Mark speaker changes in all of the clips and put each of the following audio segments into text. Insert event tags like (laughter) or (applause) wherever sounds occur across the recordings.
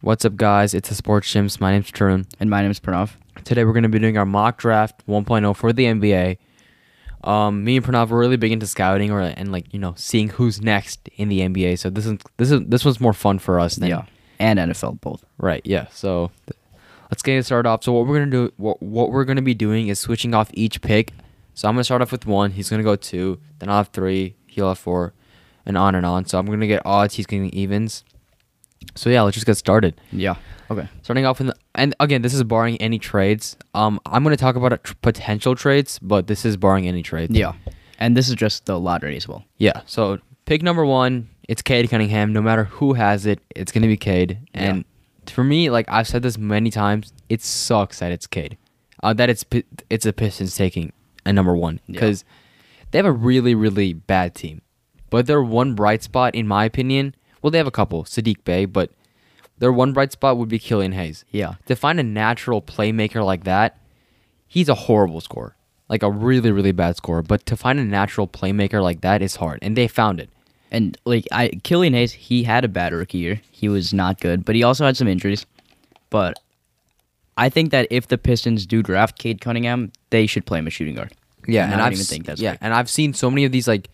Speaker 1: What's up, guys? It's the Sports Chimps. My name's Tarun.
Speaker 2: And my name is Pranav.
Speaker 1: Today we're going to be doing our mock draft 1.0 for the NBA. Um, me and Pranav are really big into scouting or and like you know seeing who's next in the NBA. So this is this is this one's more fun for us than
Speaker 2: And NFL both.
Speaker 1: Right. Yeah. So th- let's get it started off. So what we're gonna do, what, what we're gonna be doing is switching off each pick. So I'm gonna start off with one. He's gonna go two. Then I'll have three. He'll have four, and on and on. So I'm gonna get odds. He's getting evens. So yeah, let's just get started.
Speaker 2: Yeah. Okay.
Speaker 1: Starting off with, and again, this is barring any trades. Um, I'm gonna talk about uh, tr- potential trades, but this is barring any trades.
Speaker 2: Yeah. And this is just the lottery as well.
Speaker 1: Yeah. So pick number one, it's Cade Cunningham. No matter who has it, it's gonna be Cade. And for me, like I've said this many times, it sucks that it's Cade. Uh, that it's Pi- it's the Pistons taking a number one
Speaker 2: Yeah.
Speaker 1: because they have a really really bad team, but their one bright spot, in my opinion, well they have a couple Sadiq Bay, but their one bright spot would be Killian Hayes.
Speaker 2: Yeah.
Speaker 1: To find a natural playmaker like that, he's a horrible scorer, like a really, really bad scorer. But to find a natural playmaker like that is hard, and they found it.
Speaker 2: And like I Killian Hayes, he had a bad rookie year. He was not good, but he also had some injuries. But I think that if the Pistons do draft Cade Cunningham, they should play him a shooting guard.
Speaker 1: Yeah,
Speaker 2: and,
Speaker 1: and
Speaker 2: I
Speaker 1: I've
Speaker 2: don't even
Speaker 1: s-
Speaker 2: think that's
Speaker 1: yeah,
Speaker 2: right.
Speaker 1: and I've seen so many of these like,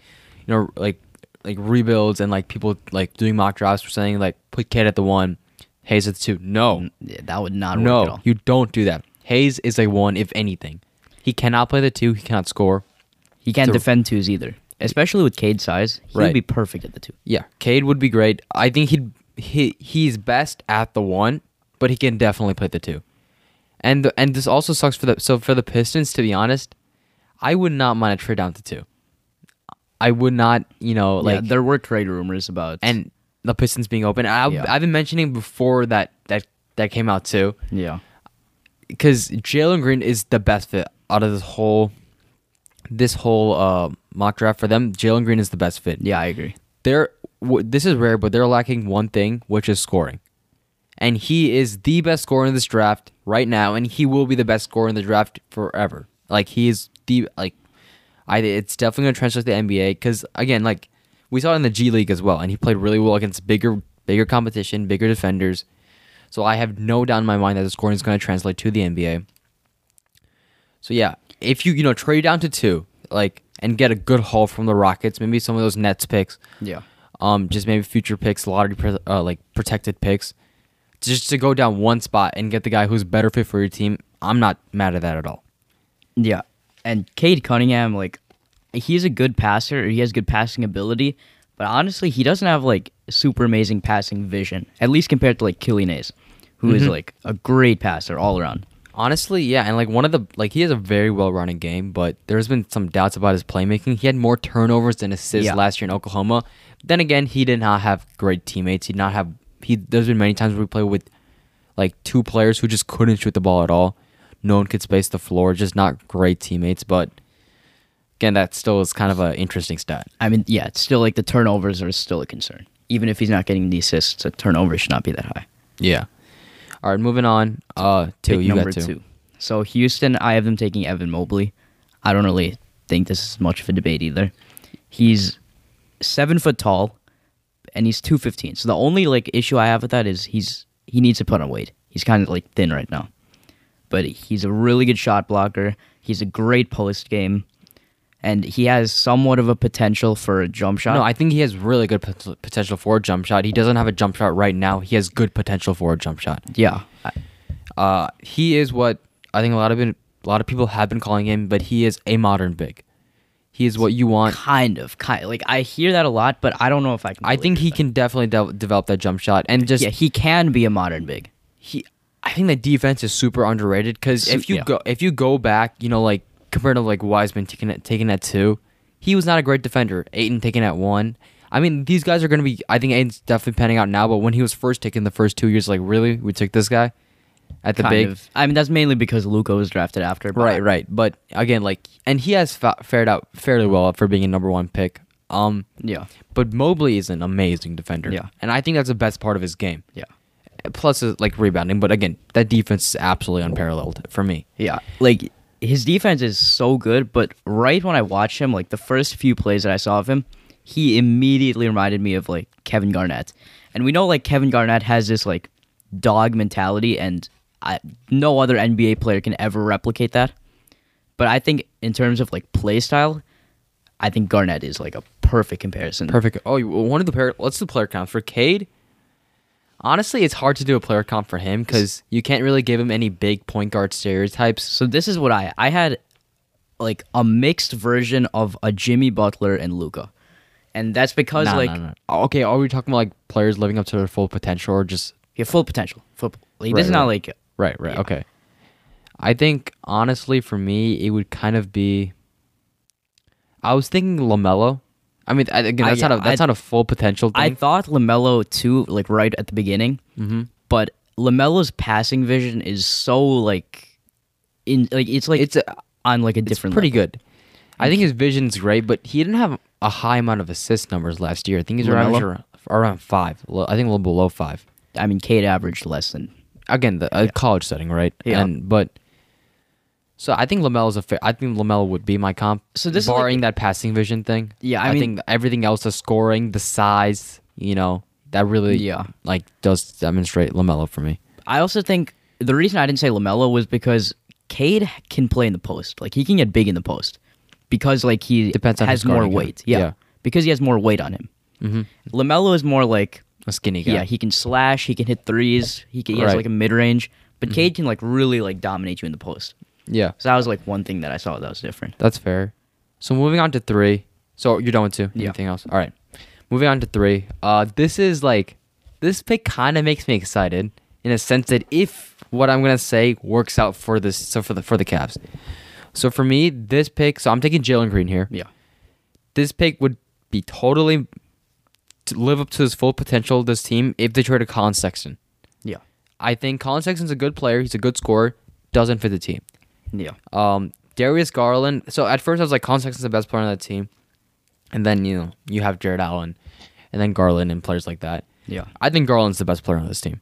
Speaker 1: you know, like like rebuilds and like people like doing mock drafts for saying like put Kid at the one, Hayes at the two. No,
Speaker 2: Yeah, that would not work at
Speaker 1: no,
Speaker 2: all.
Speaker 1: you don't do that. Hayes is a one, if anything. He cannot play the two. He cannot score.
Speaker 2: He can't
Speaker 1: So-
Speaker 2: defend twos either, especially with Cade's size. He
Speaker 1: Right.
Speaker 2: would be perfect at the two.
Speaker 1: Yeah, Cade would be great. I think he'd he he's best at the one, but he can definitely play the two. And the, and this also sucks for the so for the Pistons to be honest, I would not mind a trade down to two. I would not, you know,
Speaker 2: Like
Speaker 1: like
Speaker 2: there were trade rumors about
Speaker 1: and the Pistons being open. I,
Speaker 2: Yeah.
Speaker 1: I've been mentioning before that that that came out too
Speaker 2: yeah,
Speaker 1: because Jalen Green is the best fit out of this whole this whole uh, mock draft for them. Jalen Green is the best fit
Speaker 2: yeah, I agree.
Speaker 1: they're w- this is rare, but they're lacking one thing, which is scoring. And he is the best scorer in this draft right now, and he will be the best scorer in the draft forever. Like he is the like, I it's definitely gonna translate to the NBA because again, like we saw it in the G League as well, and he played really well against bigger bigger competition, bigger defenders. So I have no doubt in my mind that the scoring is gonna translate to the NBA. So yeah, if you you know trade down to two, like and get a good haul from the Rockets, maybe some of those Nets picks,
Speaker 2: Yeah,
Speaker 1: um, just maybe future picks, lottery pre- uh, like protected picks, just to go down one spot and get the guy who's better fit for your team. I'm not mad at that at all.
Speaker 2: Yeah. And Cade Cunningham, like, he's a good passer. He has good passing ability. But honestly, he doesn't have, like, super amazing passing vision, at least compared to, like, Killian Hayes, who is like, a great passer all around.
Speaker 1: Honestly, yeah, and like one of the like he has a very well running game, but there's been some doubts about his playmaking. He had more turnovers than assists
Speaker 2: Yeah.
Speaker 1: last year in Oklahoma. Then again, he did not have great teammates. He did not have he. There's been many times where we play with like two players who just couldn't shoot the ball at all. No one could space the floor. Just not great teammates. But again, that still is kind of an interesting stat.
Speaker 2: I mean, yeah, it's still, like, the turnovers are still a concern. Even if he's not getting the assists, the turnover should not be that high.
Speaker 1: Yeah. All right, moving on. Uh, two.
Speaker 2: Pick
Speaker 1: you
Speaker 2: number
Speaker 1: got two.
Speaker 2: So Houston, I have them taking Evan Mobley. I don't really think this is much of a debate either. He's seven foot tall, and he's two fifteen. So the only like issue I have with that is he's he needs to put on weight. He's kind of like thin right now, but he's a really good shot blocker. He's a great post game, and he has somewhat of a potential for a jump shot.
Speaker 1: No, I think he has really good pot- potential for a jump shot. He doesn't have a jump shot right now. He has good potential for a jump shot.
Speaker 2: yeah, I-
Speaker 1: Uh, he is what I think a lot of been, a lot of people have been calling him, but he is a modern big. He is what you want.
Speaker 2: kind of, kind like I hear that a lot, but I don't know if I can.
Speaker 1: I
Speaker 2: really
Speaker 1: think
Speaker 2: do
Speaker 1: he
Speaker 2: that.
Speaker 1: can definitely de- develop that jump shot and just
Speaker 2: Yeah, he can be a modern big.
Speaker 1: he I think the defense is super underrated because
Speaker 2: Su-
Speaker 1: if you
Speaker 2: yeah.
Speaker 1: go if you go back, you know, like compared to like Wiseman taking at taking at two, he was not a great defender. Aiton taking at one. I mean, these guys are gonna be I think Aiton's definitely panning out now, but when he was first taken the first two years, like really? We took this guy at the
Speaker 2: kind
Speaker 1: big
Speaker 2: of. I mean, that's mainly because Luca was drafted after. but-
Speaker 1: Right, right. But again, like and he has fa- fared out fairly well for being a number one pick. Um
Speaker 2: Yeah,
Speaker 1: but Mobley is an amazing defender.
Speaker 2: Yeah.
Speaker 1: And I think that's the best part of his game.
Speaker 2: yeah,
Speaker 1: Plus, uh, like rebounding, but again, that defense is absolutely unparalleled for me.
Speaker 2: yeah. Like his defense is so good, but right when I watched him, like the first few plays that I saw of him, he immediately reminded me of like Kevin Garnett, and we know like Kevin Garnett has this like dog mentality, and I, no other NBA player can ever replicate that. But I think in terms of like play style, I think Garnett is like a perfect comparison.
Speaker 1: Perfect. Oh, you- one of the player. Let's do player count for Cade. Honestly, it's hard to do a player count for him because you can't really give him any big point guard stereotypes.
Speaker 2: So this is what I I had like a mixed version of a Jimmy Butler and Luca. And that's because
Speaker 1: Nah,
Speaker 2: like
Speaker 1: nah, nah. oh, okay, are we talking about like players living up to their full potential or just
Speaker 2: yeah, full potential. Full, like,
Speaker 1: Right,
Speaker 2: this is not
Speaker 1: right.
Speaker 2: like
Speaker 1: right? Right.
Speaker 2: Yeah.
Speaker 1: Okay. I think honestly, for me, it would kind of be. I was thinking Lamelo. I mean, I- again,
Speaker 2: I-
Speaker 1: that's not
Speaker 2: yeah,
Speaker 1: a that's
Speaker 2: I-
Speaker 1: not a full potential thing.
Speaker 2: I thought Lamelo too, like right at the beginning. Mm-hmm. But Lamelo's passing vision is so like, in like it's like
Speaker 1: It's a-
Speaker 2: on like a
Speaker 1: it's
Speaker 2: different
Speaker 1: pretty good. I think his vision's great, but he didn't have a high amount of assist numbers last year. I think he's around
Speaker 2: LaMelo?
Speaker 1: around- around five. Lo- I think a little below five.
Speaker 2: good. I mean, Kate averaged less than
Speaker 1: Again, the uh, college setting, right?
Speaker 2: Yeah.
Speaker 1: And but so I think Lamelo's a fair. I think Lamelo would be my comp.
Speaker 2: So this is like-
Speaker 1: barring that passing vision thing.
Speaker 2: Yeah, I mean-
Speaker 1: think everything else, the scoring, the size, you know, that really
Speaker 2: Yeah.
Speaker 1: like does demonstrate Lamelo for me.
Speaker 2: I also think the reason I didn't say Lamelo was because Cade can play in the post. Like he can get big in the post because like he
Speaker 1: Depends on
Speaker 2: has
Speaker 1: who's
Speaker 2: more
Speaker 1: guarding him.
Speaker 2: weight. Yeah.
Speaker 1: Yeah.
Speaker 2: because he has more weight on him. Mm-hmm. Lamelo is more like
Speaker 1: A skinny guy.
Speaker 2: yeah. he can slash, he can hit threes, he, can, he has
Speaker 1: Right.
Speaker 2: like a mid range, but Cade can like really like dominate you in the post.
Speaker 1: yeah.
Speaker 2: So that was like one thing that I saw that was different.
Speaker 1: That's fair. So moving on to three. So you're done with two.
Speaker 2: Yeah.
Speaker 1: Anything else? All right. Moving on to three. Uh, this is like this pick kind of makes me excited in a sense that if what I'm gonna say works out for this, so for the for the Cavs. So for me, this pick. So I'm taking Jalen Green here.
Speaker 2: Yeah.
Speaker 1: This pick would be totally to live up to his full potential. This team, if they traded Colin Sexton,
Speaker 2: Yeah.
Speaker 1: I think Colin Sexton's a good player. He's a good scorer. Doesn't fit the team.
Speaker 2: Yeah.
Speaker 1: Um, Darius Garland. So at first I was like, Colin Sexton's the best player on that team, and then you know you have Jared Allen, and then Garland and players like that.
Speaker 2: Yeah.
Speaker 1: I think Garland's the best player on this team,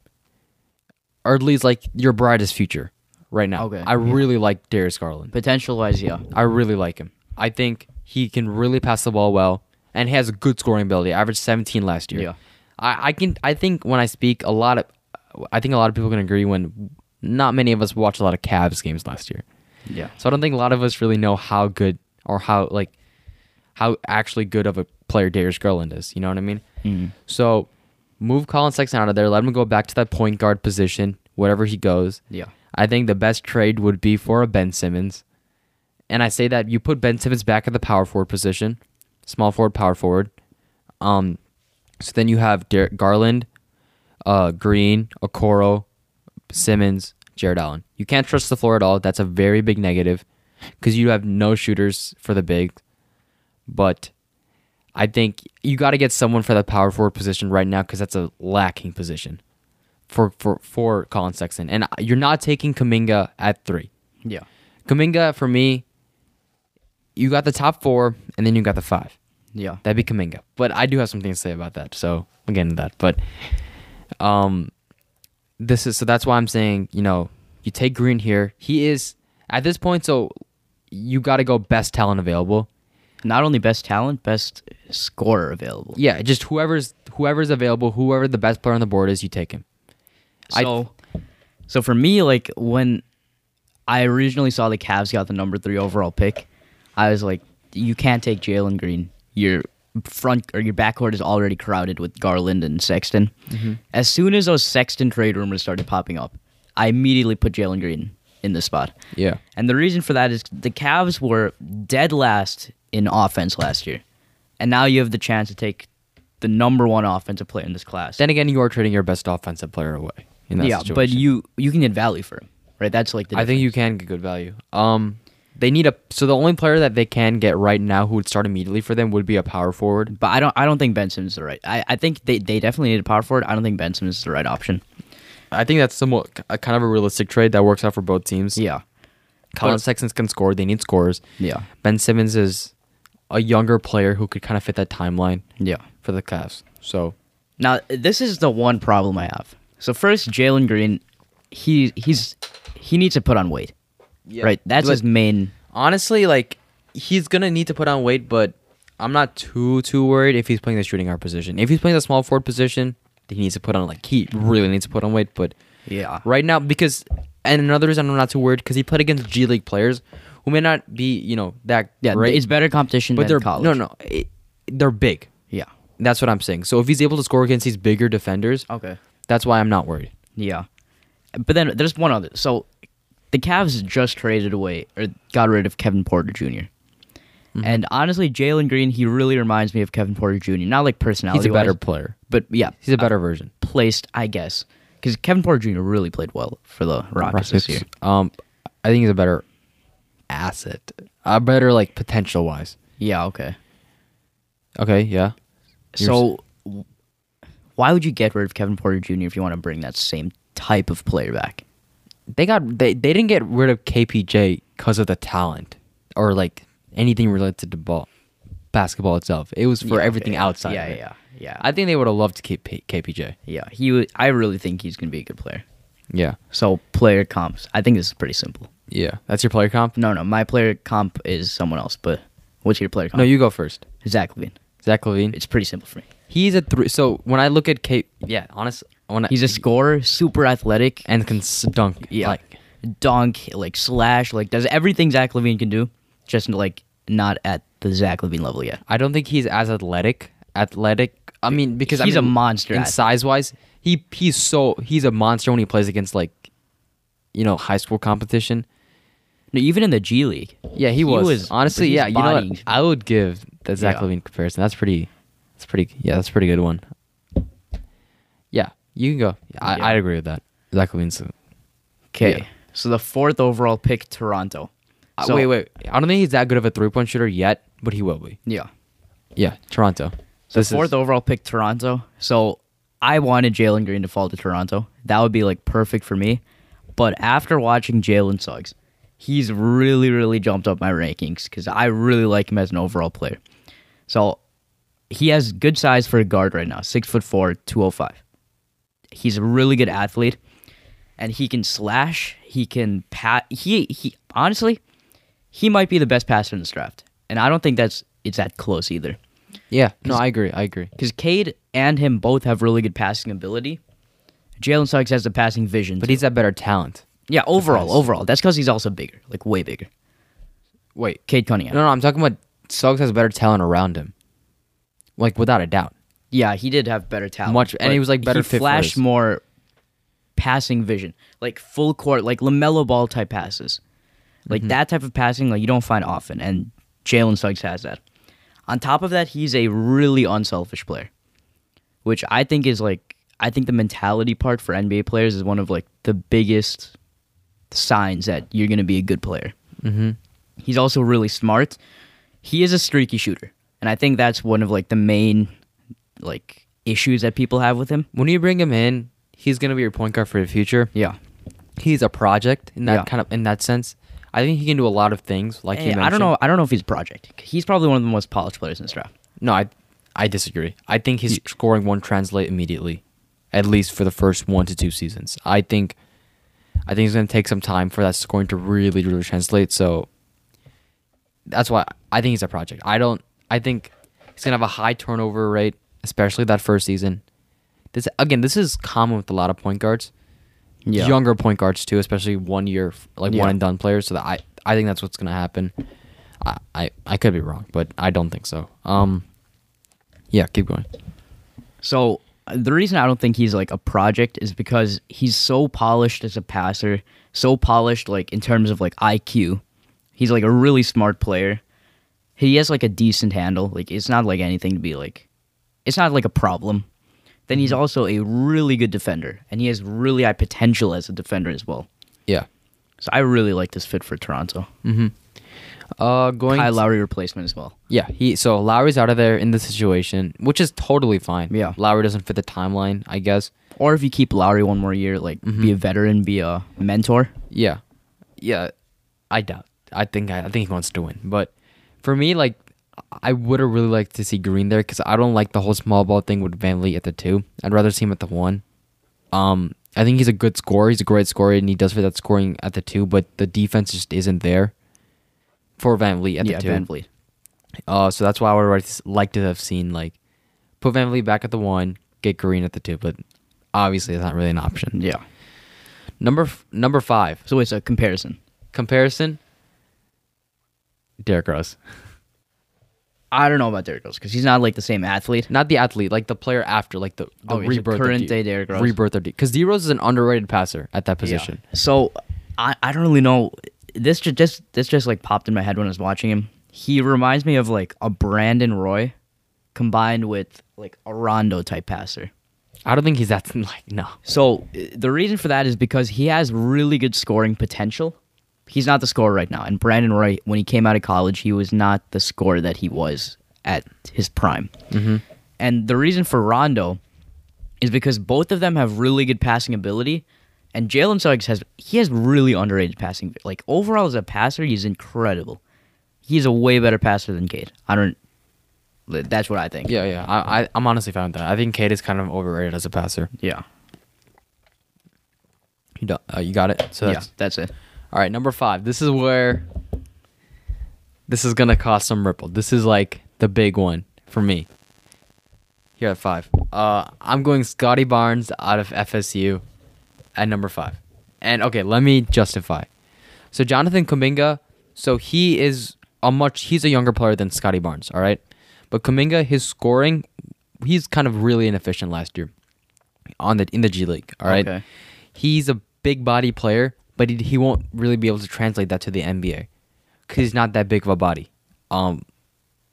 Speaker 1: or at least like your brightest future right now.
Speaker 2: Okay.
Speaker 1: I really like Darius Garland.
Speaker 2: Potential wise, yeah.
Speaker 1: I really like him. I think he can really pass the ball well, and he has a good scoring ability. Averaged 17 last year.
Speaker 2: Yeah.
Speaker 1: I, I can. I think when I speak, a lot of, I think a lot of people can agree when not many of us watched a lot of Cavs games last year.
Speaker 2: Yeah.
Speaker 1: So I don't think a lot of us really know how good or how like how actually good of a player Darius Garland is. You know what I mean? So move Colin Sexton out of there. Let him go back to that point guard position, wherever he goes.
Speaker 2: Yeah.
Speaker 1: I think the best trade would be for a Ben Simmons. And I say that you put Ben Simmons back at the power forward position, small forward, power forward. Um, so then you have Dar- Garland, uh, Green, Okoro, Simmons, Jared Allen. You can't trust the floor at all. That's a very big negative because you have no shooters for the big. But I think you got to get someone for the power forward position right now because that's a lacking position for, for, for Colin Sexton. And you're not taking Kaminga at three.
Speaker 2: Yeah.
Speaker 1: Kaminga, for me, you got the top four and then you got the five.
Speaker 2: Yeah.
Speaker 1: That'd be Kaminga. But I do have something to say about that, so we'll get into that. But um this is so that's why I'm saying, you know, you take Green here. He is at this point, so you gotta go best talent available.
Speaker 2: Not only best talent, best scorer available.
Speaker 1: Yeah, just whoever's whoever's available, whoever the best player on the board is, you take him. I-
Speaker 2: So, so for me, like when I originally saw the Cavs got the number three overall pick, I was like, you can't take Jalen Green. Your front or your backcourt is already crowded with Garland and Sexton.
Speaker 1: Mm-hmm.
Speaker 2: As soon as those Sexton trade rumors started popping up, I immediately put Jalen Green in the spot.
Speaker 1: Yeah.
Speaker 2: And the reason for that is the Cavs were dead last in offense last year. And now you have the chance to take the number one offensive player in this class
Speaker 1: Then again, you are trading your best offensive player away in that
Speaker 2: yeah, but
Speaker 1: situation.
Speaker 2: you you can get value for him, right? That's like the
Speaker 1: I think you can get good value. Um, they need a so the only player that they can get right now who would start immediately for them would be a power forward.
Speaker 2: but I don't I don't think Ben Simmons is the right. I, I think they, they definitely need a power forward. I don't think Ben Simmons is the right option.
Speaker 1: I think that's somewhat a kind of a realistic trade that works out for both teams.
Speaker 2: Yeah,
Speaker 1: Colin
Speaker 2: but-
Speaker 1: Sexton's can score; they need scores.
Speaker 2: yeah,
Speaker 1: Ben Simmons is a younger player who could kind of fit that timeline
Speaker 2: yeah.
Speaker 1: for the Cavs. So
Speaker 2: Now this is the one problem I have. So first, Jalen Green, he he's he needs to put on weight, right? That's
Speaker 1: Like,
Speaker 2: his main.
Speaker 1: honestly like he's gonna need to put on weight, but I'm not too too worried if he's playing the shooting guard position. If he's playing the small forward position, he needs to put on like he really needs to put on weight. But
Speaker 2: Yeah.
Speaker 1: Ah. Right now, because and another reason I'm not too worried because he played against G League players who may not be you know that
Speaker 2: Yeah,
Speaker 1: great,
Speaker 2: it's better competition
Speaker 1: but
Speaker 2: than
Speaker 1: they're
Speaker 2: college.
Speaker 1: no no it, they're big.
Speaker 2: Yeah.
Speaker 1: That's what I'm saying. So if he's able to score against these bigger defenders,
Speaker 2: Okay.
Speaker 1: that's why I'm not worried.
Speaker 2: Yeah. But then there's one other. So the Cavs just traded away or got rid of Kevin Porter junior And honestly, Jalen Green, he really reminds me of Kevin Porter Jr. Not like personality.
Speaker 1: He's a better player.
Speaker 2: but yeah,
Speaker 1: He's a better
Speaker 2: Uh,
Speaker 1: version.
Speaker 2: placed, I guess, because Kevin Porter Jr. really played well for the Rockets this year.
Speaker 1: Um, I think he's a better asset. A better like potential wise.
Speaker 2: Yeah. Okay.
Speaker 1: Okay, yeah. You're
Speaker 2: So w- why would you get rid of Kevin Porter Jr. if you want to bring that same type of player back?
Speaker 1: They got they, they didn't get rid of KPJ because of the talent or like anything related to ball basketball itself. It was for
Speaker 2: Yeah,
Speaker 1: everything
Speaker 2: okay.
Speaker 1: outside.
Speaker 2: Yeah,
Speaker 1: of it.
Speaker 2: yeah, yeah.
Speaker 1: I think they would have loved to keep P- KPJ.
Speaker 2: Yeah. He. w- I really think he's gonna be a good player.
Speaker 1: Yeah,
Speaker 2: So player comps. I think this is pretty simple.
Speaker 1: yeah. That's your player comp.
Speaker 2: No, no, my player comp is someone else. But what's your player comp?
Speaker 1: No, you go first.
Speaker 2: Zach Levine.
Speaker 1: Zach Levine.
Speaker 2: It's pretty simple for me.
Speaker 1: He's a three. So when I look at K, yeah, honest, when I,
Speaker 2: He's a scorer, super athletic,
Speaker 1: and can s- dunk.
Speaker 2: yeah,
Speaker 1: like,
Speaker 2: dunk, like slash, like does everything Zach Levine can do, just like not at the Zach Levine level yet.
Speaker 1: I don't think he's as athletic. Athletic. I mean, because I
Speaker 2: He's a
Speaker 1: mean,
Speaker 2: monster
Speaker 1: in
Speaker 2: athlete.
Speaker 1: size wise. He he's so he's a monster when he plays against like, you know, high school competition.
Speaker 2: No, even in the G League.
Speaker 1: Yeah, he, was. honestly.
Speaker 2: but he's
Speaker 1: Yeah, you know,
Speaker 2: bodying-
Speaker 1: what? I would give the Zach
Speaker 2: Yeah.
Speaker 1: Levine comparison. That's pretty. That's pretty. Yeah, that's a pretty good one. Yeah, you can go. I
Speaker 2: Yeah.
Speaker 1: I agree with that. Zach Levine's.
Speaker 2: Okay.
Speaker 1: Yeah.
Speaker 2: So the fourth overall pick, Toronto.
Speaker 1: Uh,
Speaker 2: So-
Speaker 1: wait, wait. I don't think he's that good of a three point shooter yet, but he will be.
Speaker 2: Yeah.
Speaker 1: Yeah, Toronto.
Speaker 2: So
Speaker 1: This is-
Speaker 2: fourth overall pick, Toronto. So I wanted Jalen Green to fall to Toronto. That would be like perfect for me. But after watching Jalen Suggs, he's really, really jumped up my rankings because I really like him as an overall player. So he has good size for a guard right now, six foot four, two oh five. He's a really good athlete, and he can slash. He can pat. He he honestly, he might be the best passer in this draft, and I don't think that's it's that close either
Speaker 1: Yeah, no, I agree. I agree.
Speaker 2: because Cade and him both have really good passing ability. Jalen Suggs has the passing vision,
Speaker 1: But
Speaker 2: too.
Speaker 1: he's a better talent.
Speaker 2: yeah, overall,
Speaker 1: pass.
Speaker 2: overall, that's because he's also bigger, like way bigger.
Speaker 1: Wait,
Speaker 2: Cade Cunningham,
Speaker 1: No, no, I'm talking about Suggs has better talent around him, like without a doubt.
Speaker 2: yeah, he did have better talent,
Speaker 1: Much- and he
Speaker 2: but
Speaker 1: was, like, better
Speaker 2: He
Speaker 1: fit for
Speaker 2: flashed
Speaker 1: us.
Speaker 2: more passing vision, like full court, like Lamelo Ball type passes,
Speaker 1: Mm-hmm.
Speaker 2: like that type of passing, like you don't find often, and Jalen Suggs has that. On top of that, he's a really unselfish player. which I think is like I think the mentality part for NBA players is one of like the biggest signs that you're going to be a good player. Mm-hmm. He's also really smart. He is a streaky shooter, and I think that's one of like the main like issues that people have with him.
Speaker 1: When you bring him in, he's gonna be your point guard for the future.
Speaker 2: Yeah,
Speaker 1: He's a project in that
Speaker 2: Yeah.
Speaker 1: kind of in that sense. I think he can do a lot of things. Like you
Speaker 2: Hey,
Speaker 1: mentioned.
Speaker 2: I don't know. I don't know if he's a project. He's probably one of the most polished players in this draft.
Speaker 1: No, I I disagree. I think his scoring won't translate immediately, at least for the first one to two seasons. I think I think it's gonna take some time for that scoring to really, really translate. So that's why I think he's a project. I don't I think he's gonna have a high turnover rate, especially that first season. This again, this is common with a lot of point guards.
Speaker 2: Yeah.
Speaker 1: Younger point guards too, especially one year like
Speaker 2: Yeah.
Speaker 1: one and done players. So that I, I think that's what's gonna happen. I, I, I could be wrong, but I don't think so. Um yeah, keep going.
Speaker 2: So uh, the reason I don't think he's like a project is because he's so polished as a passer, so polished like in terms of like IQ. He's like a really smart player. He has like a decent handle. Like it's not like anything to be like it's not like a problem. Then he's also a really good defender and he has really high potential as a defender as well.
Speaker 1: Yeah.
Speaker 2: So I really like this fit for Toronto.
Speaker 1: Uh going
Speaker 2: Kyle Lowry replacement as well.
Speaker 1: Yeah, he so Lowry's out of there in this situation, which is totally fine.
Speaker 2: Yeah.
Speaker 1: Lowry doesn't fit the timeline, I guess.
Speaker 2: Or if you keep Lowry one more year, like be a veteran, be a mentor.
Speaker 1: Yeah, yeah. I doubt. I think I, I think he wants to win. But for me, like, I would have really liked to see Green there because I don't like the whole small ball thing with Van Lee at the two. I'd rather see him at the one. Um, I think he's a good scorer. He's a great scorer, and he does fit that scoring at the two. But the defense just isn't there for Van Lee at
Speaker 2: yeah,
Speaker 1: the two.
Speaker 2: Van Vliet.
Speaker 1: Uh, so that's why I would have liked to have seen like put Van Lee back at the one, get Green at the two. But obviously, that's not really an option.
Speaker 2: Yeah.
Speaker 1: Number f- number five
Speaker 2: So it's a comparison.
Speaker 1: comparison. Derrick Rose,
Speaker 2: I don't know about Derrick Rose because he's not like the same athlete.
Speaker 1: not the athlete, like the player after, like the, the
Speaker 2: Oh, he's the
Speaker 1: rebirth.
Speaker 2: current
Speaker 1: of D-
Speaker 2: day Derrick Rose.
Speaker 1: Rebirth of D, because D Rose is an underrated passer at that position.
Speaker 2: Yeah. So I, I don't really know. This just, just this just like popped in my head when I was watching him. He reminds me of like a Brandon Roy combined with like a Rondo type passer.
Speaker 1: I don't think he's that (laughs) like no.
Speaker 2: So uh, the reason for that is because he has really good scoring potential. He's not the scorer right now. And Brandon Roy, when he came out of college, he was not the scorer that he was at his prime. Mm-hmm. And the reason for Rondo is because both of them have really good passing ability. And Jalen Suggs has he has really underrated passing. Like overall as a passer, he's incredible. He's a way better passer than Cade. I don't. That's what I think.
Speaker 1: Yeah, yeah. I, I I'm honestly fine with that. I think Kate is kind of overrated as a passer.
Speaker 2: Yeah.
Speaker 1: You don't, uh, you got it. So
Speaker 2: Yeah.
Speaker 1: that's
Speaker 2: That's it.
Speaker 1: all right. Number five. This is where this is gonna cause some ripple. This is like the big one for me. Here at five. Uh, I'm going Scotty Barnes out of FSU at number five. And okay, let me justify. So Jonathan Kuminga, so he is a much he's a younger player than Scotty Barnes, all right? But Kuminga, his scoring, he's kind of really inefficient last year on the in the G League, all right?
Speaker 2: Okay.
Speaker 1: He's a big body player, but he, he won't really be able to translate that to the NBA cuz he's not that big of a body. Um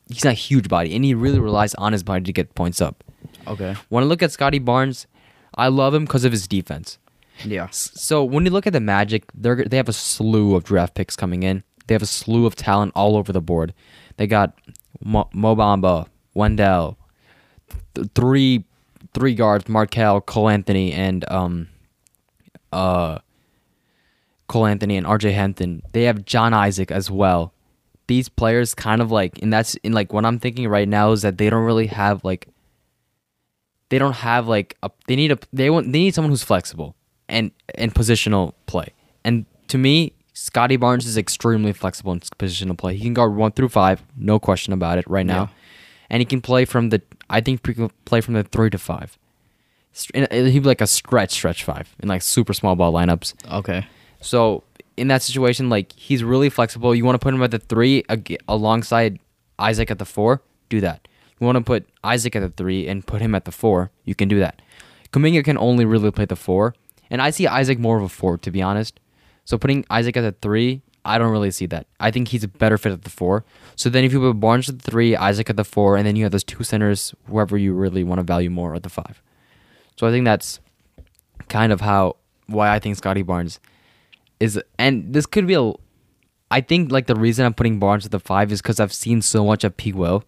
Speaker 1: he's not a huge body and he really relies on his body to get points up.
Speaker 2: Okay.
Speaker 1: When I look at Scotty Barnes, I love him because of his defense.
Speaker 2: Yeah.
Speaker 1: S- So when you look at the Magic, they're they have a slew of draft picks coming in. They have a slew of talent all over the board. They got Mo- Mobamba, Wendell, th- three three guards: Markel, Cole Anthony, and um, uh, Cole Anthony and R.J. Hampton. They have John Isaac as well. These players kind of like, and that's in like what I'm thinking right now is that they don't really have like they don't have like a they need a they want they need someone who's flexible and and positional play. And to me, Scotty Barnes is extremely flexible in positional play. He can guard one through five, no question about it right now, and he can play from the I think he can play from the three to five. Str- and He'd be like a stretch stretch five in like super small ball lineups.
Speaker 2: Okay.
Speaker 1: So in that situation, like he's really flexible. You want to put him at the three ag- alongside Isaac at the four, do that. You want to put Isaac at the three and put him at the four, you can do that. Kuminga can only really play the four, and I see Isaac more of a four to be honest. So putting Isaac at the three, I don't really see that. I think he's a better fit at the four. So then if you put Barnes at the three, Isaac at the four, and then you have those two centers, whoever you really want to value more at the five. So I think that's kind of how why I think Scotty Barnes is, and this could be a. I think like the reason I'm putting Barnes at the five is because I've seen so much of P Will,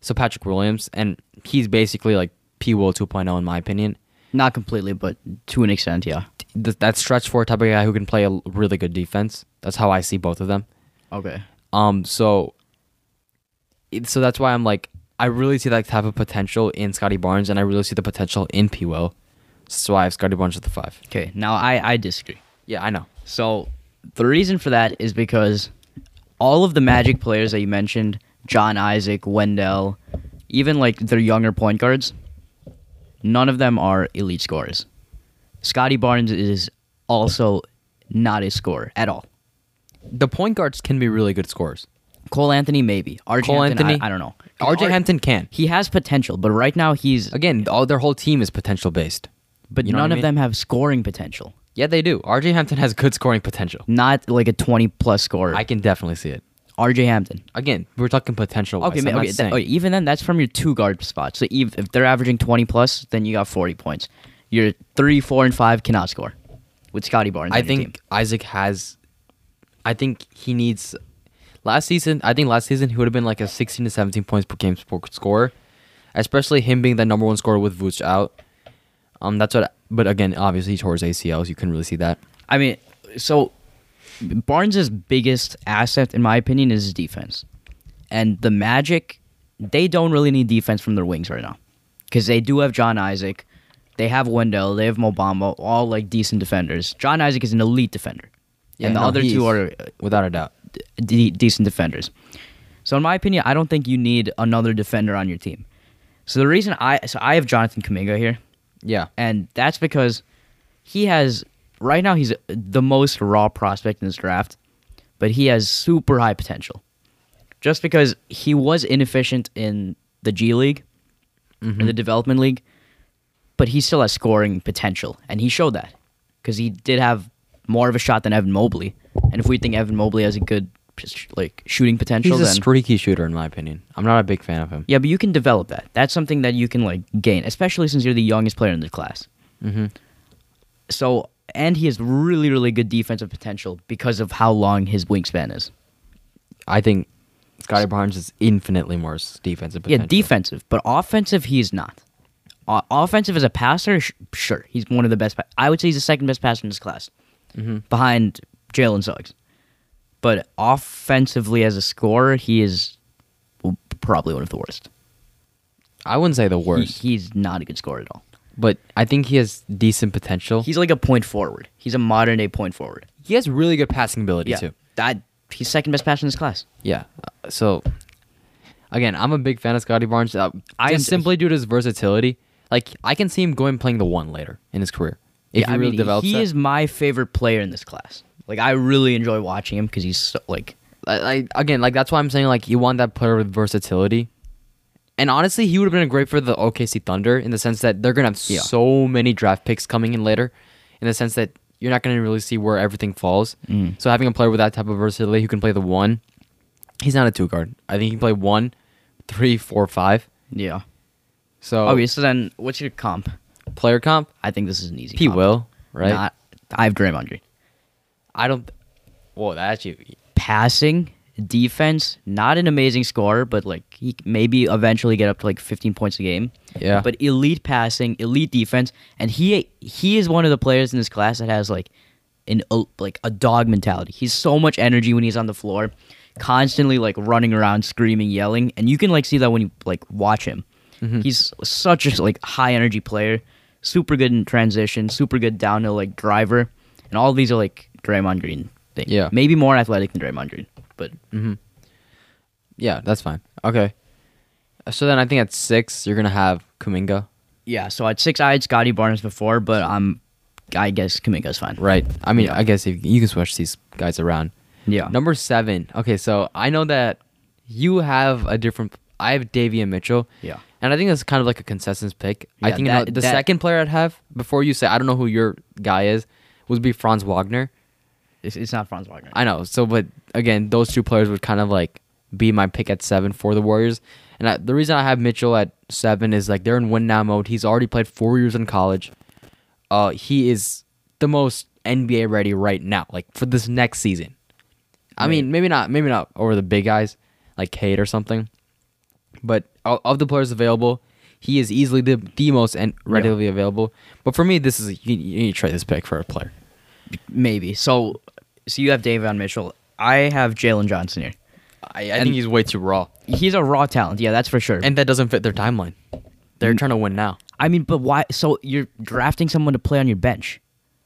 Speaker 1: so Patrick Williams, and he's basically like P Will 2.0 in my opinion.
Speaker 2: Not completely, but to an extent, yeah.
Speaker 1: Th- that stretch four type of guy who can play a l- really good defense. That's how I see both of them.
Speaker 2: Okay.
Speaker 1: Um, so, it- so that's why I'm like, I really see that type of potential in Scotty Barnes, and I really see the potential in P Will. So I have Scotty Barnes at the five.
Speaker 2: Okay. Now I I disagree.
Speaker 1: Yeah, I know.
Speaker 2: So the reason for that is because all of the Magic players that you mentioned, John Isaac, Wendell, even like their younger point guards, none of them are elite scorers. Scotty Barnes is also not a scorer at all.
Speaker 1: The point guards can be really good scorers.
Speaker 2: Cole Anthony maybe. RJ
Speaker 1: Cole
Speaker 2: Hampton,
Speaker 1: Anthony?
Speaker 2: I, I don't know.
Speaker 1: RJ
Speaker 2: R-
Speaker 1: Hampton can.
Speaker 2: He has potential, but right now he's
Speaker 1: Again, all their whole team is potential based.
Speaker 2: but
Speaker 1: you know what
Speaker 2: none
Speaker 1: I
Speaker 2: of
Speaker 1: mean?
Speaker 2: them have scoring potential.
Speaker 1: Yeah, they do. RJ Hampton has good scoring potential.
Speaker 2: Not like a 20 plus scorer.
Speaker 1: I can definitely see it.
Speaker 2: RJ Hampton.
Speaker 1: Again, we're talking potential.
Speaker 2: Okay, ma- okay,
Speaker 1: oh,
Speaker 2: that- okay, even then, that's from your two guard spot. So ev if they're averaging 20 plus, then you got 40 points. Your three, four, and five cannot score with Scotty Barnes.
Speaker 1: I
Speaker 2: on your
Speaker 1: think
Speaker 2: team.
Speaker 1: Isaac has. I think he needs. Last season, I think last season he would have been like a 16 to 17 points per game sp- scorer, especially him being the number one scorer with Vuce out. Um, that's what. But again, obviously he tore his ACLs. You couldn't really see that.
Speaker 2: I mean, so Barnes' biggest asset, in my opinion, is his defense. And the Magic, they don't really need defense from their wings right now because they do have John Isaac, they have Wendell, they have Mobamba, all like decent defenders. John Isaac is an elite defender, and the
Speaker 1: no,
Speaker 2: other two
Speaker 1: he's-
Speaker 2: are
Speaker 1: uh, without a doubt.
Speaker 2: de- decent defenders. So in my opinion, I don't think you need another defender on your team. So the reason I so I have Jonathan Kaminga here,
Speaker 1: Yeah,
Speaker 2: and that's because he has right now he's the most raw prospect in this draft, but he has super high potential. Just because he was inefficient in the G League,
Speaker 1: Mm-hmm.
Speaker 2: in the development league, but he still has scoring potential, and he showed that because he did have more of a shot than Evan Mobley. And if we think Evan Mobley has a good pos- like shooting potential,
Speaker 1: He's a
Speaker 2: then
Speaker 1: streaky shooter, in my opinion. I'm not a big fan of him.
Speaker 2: yeah, but you can develop that. That's something that you can like gain, especially since you're the youngest player in the class.
Speaker 1: Mhm.
Speaker 2: So, and he has really, really good defensive potential because of how long his wingspan is.
Speaker 1: I think Scotty Barnes is infinitely more s- defensive.
Speaker 2: Yeah,
Speaker 1: Potential.
Speaker 2: defensive, but offensive, he's not. O- offensive as a passer, sh- sure, he's one of the best. Pa- I would say he's the second best passer in this class,
Speaker 1: Mm-hmm.
Speaker 2: behind Jalen Suggs. But offensively, as a scorer, he is w- probably one of the worst.
Speaker 1: I wouldn't say the
Speaker 2: He-
Speaker 1: worst,
Speaker 2: he's not a good scorer at all.
Speaker 1: but I think he has decent potential.
Speaker 2: He's like a point forward. He's a modern day point forward.
Speaker 1: he has really good passing ability
Speaker 2: Yeah,
Speaker 1: too.
Speaker 2: that he's second best passer in this class.
Speaker 1: Yeah. Uh, So, again, I'm a big fan of Scotty Barnes. Uh,
Speaker 2: I
Speaker 1: just
Speaker 2: am-
Speaker 1: simply due to his versatility. Like I can see him going playing the one later in his career if
Speaker 2: yeah,
Speaker 1: he
Speaker 2: I
Speaker 1: really
Speaker 2: mean,
Speaker 1: develops.
Speaker 2: he
Speaker 1: that.
Speaker 2: is my favorite player in this class. Like, I really enjoy watching him because he's so, like
Speaker 1: I, I, again, like that's why I'm saying like you want that player with versatility. And honestly, he would have been great for the OKC Thunder in the sense that they're gonna have
Speaker 2: Yeah.
Speaker 1: so many draft picks coming in later, in the sense that you're not gonna really see where everything falls. So having a player with that type of versatility who can play the one, he's not a two guard. I think he can play one, three, four, five.
Speaker 2: yeah.
Speaker 1: So
Speaker 2: Okay, so then what's your comp?
Speaker 1: player comp,
Speaker 2: I think this is an easy.
Speaker 1: he
Speaker 2: comp.
Speaker 1: will right.
Speaker 2: Not, I have Draymond Green.
Speaker 1: I don't. Whoa, that's you.
Speaker 2: Passing, defense, not an amazing scorer, but like he c- maybe eventually get up to like 15 points a game.
Speaker 1: Yeah.
Speaker 2: But elite passing, elite defense, and he he is one of the players in this class that has like an o- like a dog mentality. He's so much energy when he's on the floor, constantly like running around, screaming, yelling, and you can like see that when you like watch him.
Speaker 1: Mm-hmm.
Speaker 2: He's such a like high energy player, super good in transition, super good downhill like driver, and all these are like Draymond Green things.
Speaker 1: Yeah.
Speaker 2: maybe more athletic than Draymond Green, but
Speaker 1: Yeah, that's fine. Okay. So then I think at six you're gonna have Kuminga.
Speaker 2: yeah. So at six, I had Scotty Barnes before, but I'm I guess Kaminga's fine.
Speaker 1: Right. I mean,
Speaker 2: Yeah.
Speaker 1: I guess if you can switch these guys around.
Speaker 2: Yeah.
Speaker 1: Number seven. Okay, so I know that you have a different. I have Davian Mitchell.
Speaker 2: Yeah.
Speaker 1: And I think that's kind of like a consensus pick. I
Speaker 2: Yeah,
Speaker 1: think
Speaker 2: that-
Speaker 1: ano- the
Speaker 2: that-
Speaker 1: second player I'd have before you say I don't know who your guy is would be Franz Wagner.
Speaker 2: It's, it's not Franz Wagner.
Speaker 1: I know. So, but again, those two players would kind of like be my pick at seven for the Warriors. And I, the reason I have Mitchell at seven is like they're in win now mode. He's already played four years in college. Uh, he is the most NBA ready right now, like for this next season. I mean, maybe not, maybe not over the big guys like Kate or something, but o- of the players available, he is easily the, the most and readily available. But for me, this is you, you need to try this pick for a player.
Speaker 2: Maybe. So, so you have Davon Mitchell. I have Jalen Johnson here.
Speaker 1: I, I think he's way too raw.
Speaker 2: He's a raw talent. Yeah, that's for sure. And
Speaker 1: and that doesn't fit their timeline. They're trying to win now.
Speaker 2: I mean, but why? So you're drafting someone to play on your bench.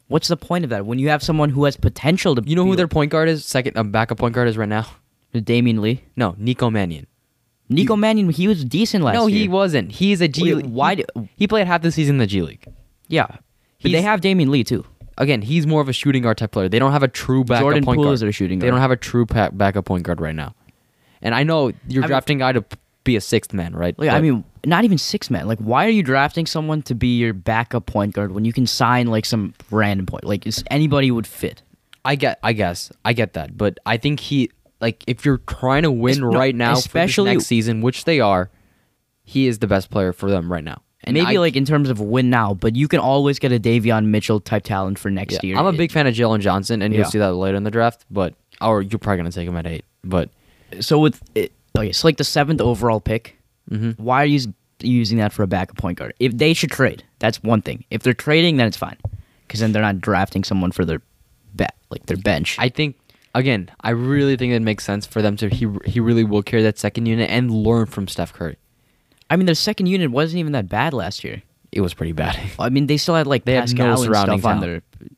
Speaker 2: What's the point of that when you have someone who has potential to?
Speaker 1: You know
Speaker 2: be
Speaker 1: who their
Speaker 2: like-
Speaker 1: point guard is? Second uh, backup point guard is right now.
Speaker 2: Damian Lee,
Speaker 1: No, Nico Mannion.
Speaker 2: Nico Mannion. He was decent last
Speaker 1: No,
Speaker 2: year.
Speaker 1: he wasn't. He's a G.
Speaker 2: Wait,
Speaker 1: League.
Speaker 2: why
Speaker 1: He-
Speaker 2: do-
Speaker 1: he played half the season in the G League?
Speaker 2: Yeah, but they
Speaker 1: He's-
Speaker 2: have Damian Lee too.
Speaker 1: Again, he's more of a shooting guard type player. They don't have a true backup
Speaker 2: Jordan
Speaker 1: point
Speaker 2: Poole
Speaker 1: guard.
Speaker 2: is their shooting
Speaker 1: they
Speaker 2: guard.
Speaker 1: don't have a true pa- backup point guard right now. And I know you're
Speaker 2: I mean-
Speaker 1: drafting a guy to p- be a sixth man, right?
Speaker 2: Like, I
Speaker 1: But-
Speaker 2: mean, not even six man. Like, why are you drafting someone to be your backup point guard when you can sign like some random point? Like, is anybody would fit.
Speaker 1: I get, I guess, I get that, but I think he, like, if you're trying to win
Speaker 2: Es- no,
Speaker 1: right now, especially
Speaker 2: especially-
Speaker 1: next season, which they are, he is the best player for them right now. And
Speaker 2: Maybe
Speaker 1: I-
Speaker 2: like in terms of win now, but you can always get a Davion Mitchell type talent for next year.
Speaker 1: I'm a big fan of Jalen Johnson, and
Speaker 2: Yeah.
Speaker 1: you'll see that later in the draft. But or you're probably gonna take him at eight. But
Speaker 2: So with it, okay, so like the seventh overall pick, why are you s- using that for a backup point guard? If they should trade, that's one thing. If they're trading, then it's fine, because then they're not drafting someone for their bet like their bench.
Speaker 1: I think again, I really think it makes sense for them to he he really will carry that second unit and learn from Steph Curry.
Speaker 2: I mean, their second unit wasn't even that bad last year.
Speaker 1: It was pretty bad. (laughs)
Speaker 2: I mean, they still had like
Speaker 1: They had no
Speaker 2: Pascal and
Speaker 1: surrounding
Speaker 2: stuff on
Speaker 1: talent.
Speaker 2: their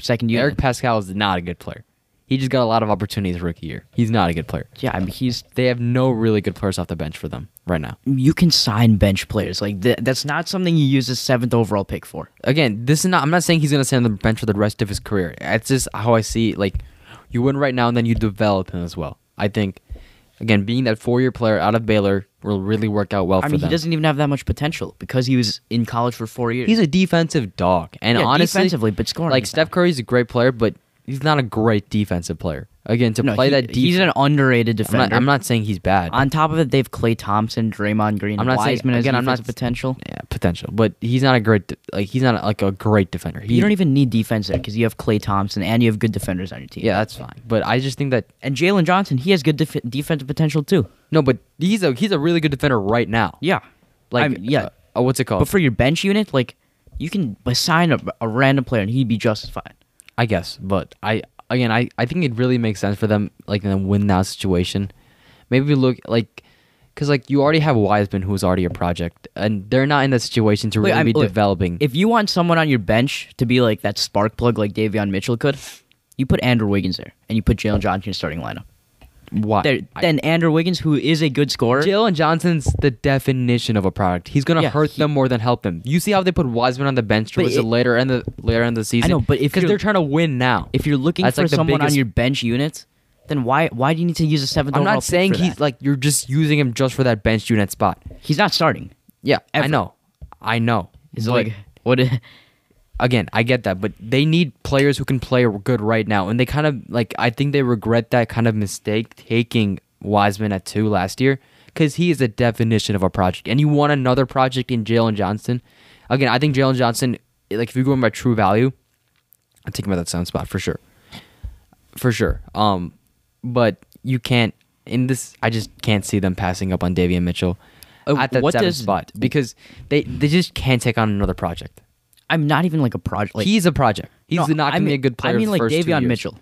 Speaker 2: second unit.
Speaker 1: Eric Pascal is not a good player. He just got a lot of opportunities rookie year. He's not a good player.
Speaker 2: Yeah, I mean, he's
Speaker 1: They have no really good players off the bench for them right now.
Speaker 2: you can sign bench players. Like th- that's not something you use a seventh overall pick for.
Speaker 1: Again, this is not. I'm not saying he's gonna stay on the bench for the rest of his career. That's just how I see. It. Like, you win right now, and then you develop him as well. I think, again, being that four-year player out of Baylor will really work out well
Speaker 2: I
Speaker 1: for
Speaker 2: mean,
Speaker 1: them.
Speaker 2: he doesn't even have that much potential because he was in college for four years.
Speaker 1: he's a defensive dog, and
Speaker 2: Yeah,
Speaker 1: honestly,
Speaker 2: defensively, but scoring
Speaker 1: Like
Speaker 2: is
Speaker 1: Steph Curry's a great player, but he's not a great defensive player. Again, to
Speaker 2: No,
Speaker 1: play
Speaker 2: he-
Speaker 1: that defense,
Speaker 2: He's an underrated
Speaker 1: I'm
Speaker 2: defender.
Speaker 1: not, I'm not saying he's bad.
Speaker 2: On top of it, they have Clay Thompson, Draymond Green,
Speaker 1: I'm not saying-
Speaker 2: Wiseman as
Speaker 1: again, I'm not
Speaker 2: defensive potential.
Speaker 1: yeah, potential, but he's not a great de- like he's not like a great defender. He,
Speaker 2: You don't even need defense there because you have Clay Thompson and you have good defenders on your team.
Speaker 1: yeah, that's fine. But I just think that
Speaker 2: And Jalen Johnson, he has good def- defensive potential too.
Speaker 1: no, but he's a he's a really good defender right now.
Speaker 2: Yeah.
Speaker 1: like
Speaker 2: I'm- yeah.
Speaker 1: uh, uh, what's it called?
Speaker 2: But for your bench unit, like you can assign a, a random player and he'd be just fine.
Speaker 1: I guess, but I again, I, I think it really makes sense for them like in a win now situation. Maybe we look like because like you already have Wiseman who's already a project, and they're not in that situation to
Speaker 2: Look,
Speaker 1: really
Speaker 2: I'm-
Speaker 1: be
Speaker 2: look,
Speaker 1: developing.
Speaker 2: If you want someone on your bench to be like that spark plug like Davion Mitchell could, you put Andrew Wiggins there and you put Jalen Johnson in your starting lineup.
Speaker 1: why?
Speaker 2: There,
Speaker 1: I-
Speaker 2: then Andrew Wiggins, who is a good scorer,
Speaker 1: Jalen Johnson's the definition of a product. He's gonna
Speaker 2: Yeah,
Speaker 1: hurt
Speaker 2: he-
Speaker 1: them more than help them. You see how they put Wiseman on the bench
Speaker 2: But
Speaker 1: towards the
Speaker 2: it-
Speaker 1: later end the later end of the season.
Speaker 2: know, but if
Speaker 1: because
Speaker 2: you're-
Speaker 1: they're trying to win now,
Speaker 2: if you're looking
Speaker 1: That's
Speaker 2: for
Speaker 1: like the
Speaker 2: someone on
Speaker 1: biggest-
Speaker 2: your bench unit, then why why do you need to use a seventh
Speaker 1: I'm
Speaker 2: overall
Speaker 1: not
Speaker 2: pick
Speaker 1: saying
Speaker 2: for
Speaker 1: he's
Speaker 2: that?
Speaker 1: like you're just using him just for that bench unit spot.
Speaker 2: he's not starting.
Speaker 1: Yeah, I
Speaker 2: Ever.
Speaker 1: know, I know.
Speaker 2: It's
Speaker 1: But-
Speaker 2: like what? (laughs) i-
Speaker 1: again, I get that, but they need players who can play good right now, and they kind of like I think they regret that kind of mistake taking Wiseman at two last year because he is the definition of a project, and you want another project in Jalen Johnson. Again, I think Jalen Johnson, like if you're going by true value, I'll take him at that sound spot for sure, for sure. Um, but you can't in this. I just can't see them passing up on Davian Mitchell.
Speaker 2: Uh,
Speaker 1: at that
Speaker 2: what
Speaker 1: seventh
Speaker 2: does-
Speaker 1: spot because they they just can't take on another project
Speaker 2: I'm not even like a project. Like,
Speaker 1: he's a project. He's
Speaker 2: no,
Speaker 1: not
Speaker 2: I
Speaker 1: going to be
Speaker 2: mean-
Speaker 1: a good player.
Speaker 2: I mean,
Speaker 1: the
Speaker 2: like
Speaker 1: first two
Speaker 2: Davion
Speaker 1: years.
Speaker 2: Mitchell,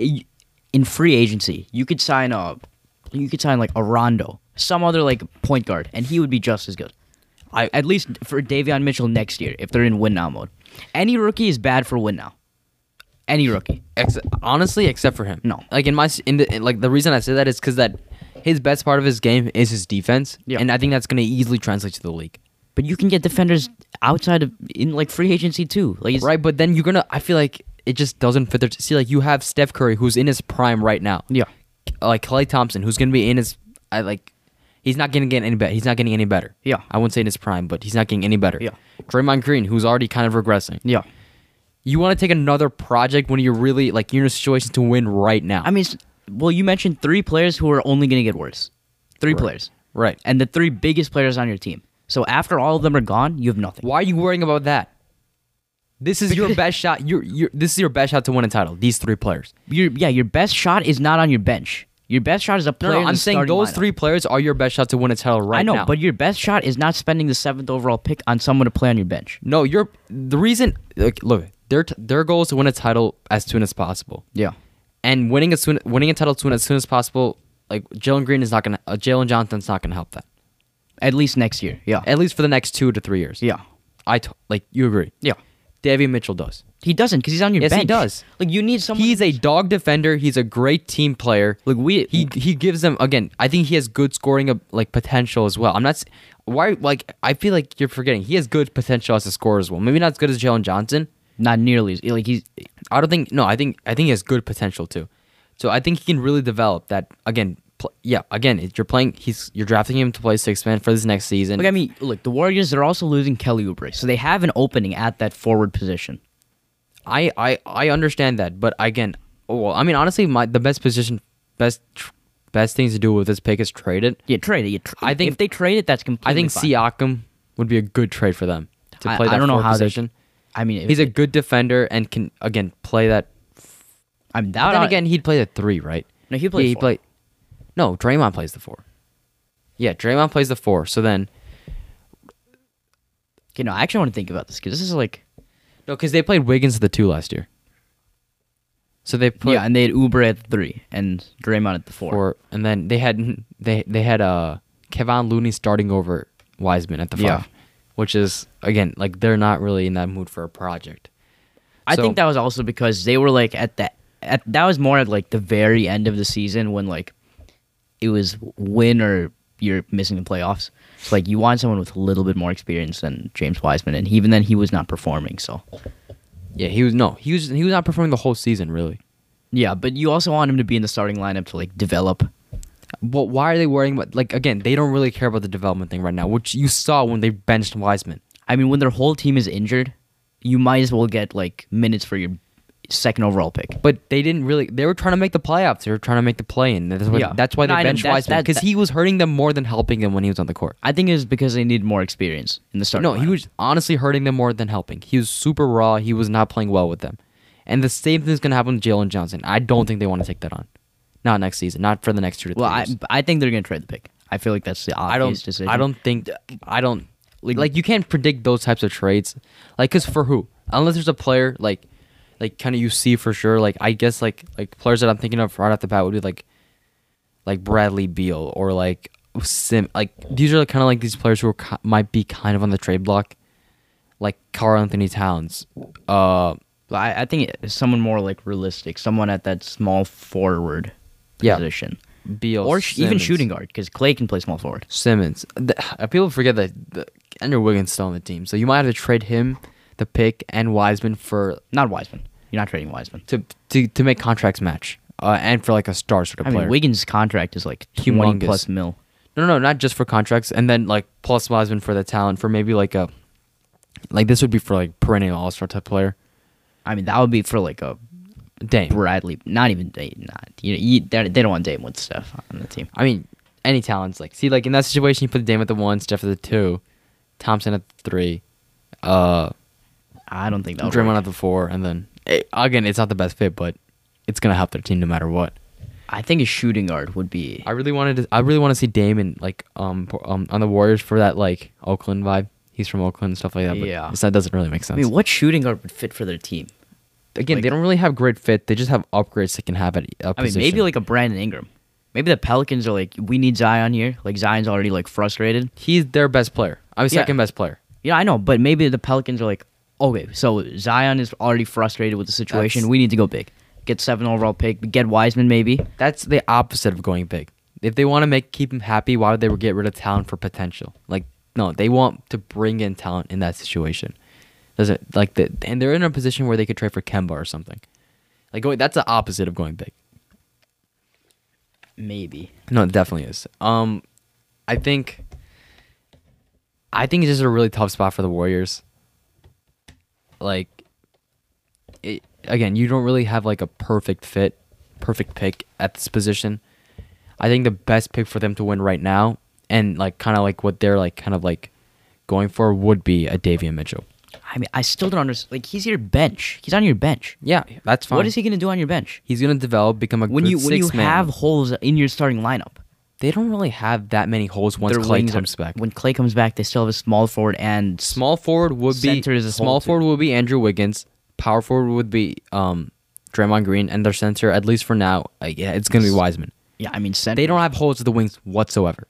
Speaker 2: I- in free agency, you could sign a, you could sign like a Rondo, some other like point guard, and he would be just as good.
Speaker 1: I-
Speaker 2: at least for Davion Mitchell next year, if they're in win now mode, any rookie is bad for win now. Any rookie,
Speaker 1: Ex- honestly, except for him.
Speaker 2: No.
Speaker 1: Like in my s- in the in, like the reason I say that is because that his best part of his game is his defense,
Speaker 2: Yeah.
Speaker 1: and I think that's going to easily translate to the league.
Speaker 2: but you can get defenders outside of in like free agency too. Like it's-
Speaker 1: Right, but then you're gonna. I feel like it just doesn't fit. Their t- see, like you have Steph Curry, who's in his prime right now.
Speaker 2: Yeah.
Speaker 1: Like Clay Thompson, who's gonna be in his. I like. He's not gonna get any better. He's not getting any better.
Speaker 2: Yeah.
Speaker 1: I wouldn't say in his prime, but he's not getting any better.
Speaker 2: Yeah.
Speaker 1: Draymond Green, who's already kind of regressing.
Speaker 2: Yeah,
Speaker 1: You want to take another project when you're really like you're in a situation to win right now.
Speaker 2: I mean, it's- well, you mentioned three players who are only going to get worse. Three players.
Speaker 1: Right.
Speaker 2: and the three biggest players on your team. So after all of them are gone, you have nothing.
Speaker 1: Why are you worrying about that? This is your best shot. Your your this is your best shot to win a title. These three players.
Speaker 2: Your yeah, your best shot is not on your bench. Your best shot is a
Speaker 1: No,
Speaker 2: player. in
Speaker 1: I'm
Speaker 2: the
Speaker 1: saying
Speaker 2: starting
Speaker 1: those
Speaker 2: lineup.
Speaker 1: three players are your best shot to win a title right
Speaker 2: I know,
Speaker 1: now.
Speaker 2: but your best shot is not spending the seventh overall pick on someone to play on your bench.
Speaker 1: no, you're the reason. Look, look their t- their goal is to win a title as soon as possible.
Speaker 2: Yeah,
Speaker 1: and winning as soon winning a title soon as soon as possible. Like Jalen Green is not gonna uh, Jalen Johnson's not gonna help that.
Speaker 2: at least next year. Yeah,
Speaker 1: At least for the next two to three years.
Speaker 2: Yeah.
Speaker 1: I t- like you agree.
Speaker 2: Yeah.
Speaker 1: Davion Mitchell does.
Speaker 2: he doesn't because he's on your
Speaker 1: Yes, he
Speaker 2: bench.
Speaker 1: does.
Speaker 2: Like you need someone.
Speaker 1: He's a dog defender. He's a great team player.
Speaker 2: Like, we-
Speaker 1: he he gives them again. I think he has good scoring uh, like potential as well. I'm not s- why like I feel like you're forgetting he has good potential as a scorer as well. Maybe not as good as Jalen Johnson.
Speaker 2: not nearly as like he's.
Speaker 1: I don't think no. I think I think he has good potential too. So I think he can really develop that again. Pl- yeah, again, if you're playing. He's you're drafting him to play six man for this next season.
Speaker 2: Like I mean, look, the Warriors are also losing Kelly Oubre, so they have an opening at that forward position.
Speaker 1: I I I understand that, but again, oh, well, I mean honestly, my the best position, best tr- best things to do with this pick is trade it.
Speaker 2: Yeah, trade it. You tr-
Speaker 1: I think-
Speaker 2: if they trade it, that's completely.
Speaker 1: I think
Speaker 2: fine.
Speaker 1: Siakam would be a good trade for them to play
Speaker 2: I-
Speaker 1: that
Speaker 2: I don't know
Speaker 1: forward
Speaker 2: how they-
Speaker 1: position.
Speaker 2: I mean, if
Speaker 1: He's a good defender and can again play that.
Speaker 2: I mean,
Speaker 1: But
Speaker 2: that
Speaker 1: then again, he'd play the three, right?
Speaker 2: No, he'd play
Speaker 1: Yeah, he
Speaker 2: four.
Speaker 1: play. No, Draymond plays the four. Yeah, Draymond plays the four. So then,
Speaker 2: Okay, no, I actually want to think about this because this is like
Speaker 1: no, because they played Wiggins at the two last year. So they put
Speaker 2: yeah, and they had Uber at the three and Draymond at the four.
Speaker 1: four, and then they had they they had uh Kevon Looney starting over Wiseman at the five,
Speaker 2: Yeah.
Speaker 1: which is again like they're not really in that mood for a project.
Speaker 2: I
Speaker 1: So-
Speaker 2: think that was also because they were like at the at, that was more at like the very end of the season when like it was win or you're missing the playoffs. So like you want someone with a little bit more experience than James Wiseman, and even then he was not performing. So
Speaker 1: Yeah, he was no, he was he was not performing the whole season really.
Speaker 2: yeah, but you also want him to be in the starting lineup to like develop.
Speaker 1: But why are they worrying about like again? They don't really care about the development thing right now, which you saw when they benched Wiseman.
Speaker 2: I mean, when their whole team is injured, you might as well get like minutes for your second overall pick.
Speaker 1: But they didn't really. They were trying to make the playoffs. They were trying to make the play in. That's why.
Speaker 2: Yeah.
Speaker 1: That's why they
Speaker 2: No, I know.
Speaker 1: benched
Speaker 2: That's-
Speaker 1: Wiseman
Speaker 2: that-
Speaker 1: because he was hurting them more than helping them when he was on the court.
Speaker 2: I think it was because they need more experience in the starting.
Speaker 1: No, he
Speaker 2: lineup.
Speaker 1: was honestly hurting them more than helping. He was super raw. He was not playing well with them. And the same thing's gonna happen with Jalen Johnson. I don't think they want to take that on. Not next season. Not for the next two to three
Speaker 2: Well, I,
Speaker 1: years.
Speaker 2: I think they're gonna trade the pick. I feel like that's the obvious
Speaker 1: I don't.
Speaker 2: decision.
Speaker 1: I don't think. I don't. Like, like you can't predict those types of trades. Like, cause for who? Unless there's a player like, like kind of you see for sure. Like I guess like like players that I'm thinking of right off the bat would be like, like Bradley Beal or like Sim. Like these are kind of like these players who are, ki- might be kind of on the trade block, like Carl Anthony Towns. Uh,
Speaker 2: Well, I, I think it's someone more like realistic, someone at that small forward
Speaker 1: Yeah.
Speaker 2: position,
Speaker 1: Beal
Speaker 2: or sh- even
Speaker 1: Simmons.
Speaker 2: shooting guard because Clay can play small forward.
Speaker 1: Simmons. The, uh, people forget that the, Andrew Wiggins still on the team, so you might have to trade him, the pick, and Wiseman for
Speaker 2: Not Wiseman. You're not trading Wiseman.
Speaker 1: to to, to make contracts match uh, and for like a star sort of
Speaker 2: I
Speaker 1: player.
Speaker 2: mean, Wiggins' contract is like twenty
Speaker 1: Humongous.
Speaker 2: plus mil.
Speaker 1: no, no, not just for contracts, and then like plus Wiseman for the talent for maybe like a like this would be for like perennial All Star type player.
Speaker 2: I mean, that would be for like a
Speaker 1: Dame.
Speaker 2: Bradley. Not even Dame. Not you. you they they don't want Dame with stuff on the team.
Speaker 1: I mean, any talents like see like in that situation you put Dame at the one, Steph at the two, Thompson at the three, uh,
Speaker 2: I don't think that. Would
Speaker 1: Draymond
Speaker 2: work.
Speaker 1: at the four, and then eh, again it's not the best fit, but it's gonna help their team no matter what.
Speaker 2: I think a shooting guard would be.
Speaker 1: I really wanted to. I really want to see Damon like um po- um on the Warriors for that like Oakland vibe. He's from Oakland and stuff like that. But
Speaker 2: Yeah.
Speaker 1: that doesn't really make
Speaker 2: I
Speaker 1: sense.
Speaker 2: mean, what shooting guard would fit for their team?
Speaker 1: Again,
Speaker 2: like-
Speaker 1: they don't really have great fit. They just have upgrades they can have at a
Speaker 2: I mean,
Speaker 1: position.
Speaker 2: maybe like a Brandon Ingram. Maybe the Pelicans are like, we need Zion here. Like Zion's already like frustrated.
Speaker 1: he's their best player. I'm
Speaker 2: Yeah.
Speaker 1: second best player.
Speaker 2: Yeah, I know, but maybe the Pelicans are like, okay, so Zion is already frustrated with the situation.
Speaker 1: That's-
Speaker 2: we need to go big. Get seven overall pick. Get Wiseman maybe.
Speaker 1: That's the opposite of going big. If they want to make keep him happy, why would they get rid of talent for potential? Like no, they want to bring in talent in that situation. Does it like that? And they're in a position where they could trade for Kemba or something. Like going, that's the opposite of going big.
Speaker 2: Maybe.
Speaker 1: No, it definitely is. Um, I think, I think it's just a really tough spot for the Warriors. Like, it, again, you don't really have like a perfect fit, perfect pick at this position. I think the best pick for them to win right now, and like kind of like what they're like kind of like going for, would be a Davian Mitchell.
Speaker 2: I mean, I still don't understand. Like he's your bench. He's on your bench.
Speaker 1: Yeah, that's fine.
Speaker 2: What is he gonna do on your bench?
Speaker 1: He's gonna develop, become a
Speaker 2: When
Speaker 1: good
Speaker 2: you when you
Speaker 1: six man.
Speaker 2: have holes in your starting lineup,
Speaker 1: they don't really have that many holes once
Speaker 2: their
Speaker 1: Clay
Speaker 2: wings are-
Speaker 1: comes back.
Speaker 2: When Clay comes back, they still have a small forward and
Speaker 1: Small
Speaker 2: small.
Speaker 1: forward would be
Speaker 2: Center is a
Speaker 1: small
Speaker 2: small
Speaker 1: forward would be Andrew Wiggins. Power forward would be um, Draymond Green, and their center, at least for now, uh, yeah, it's gonna be Wiseman.
Speaker 2: Yeah, I mean, center.
Speaker 1: They don't have holes at the wings whatsoever.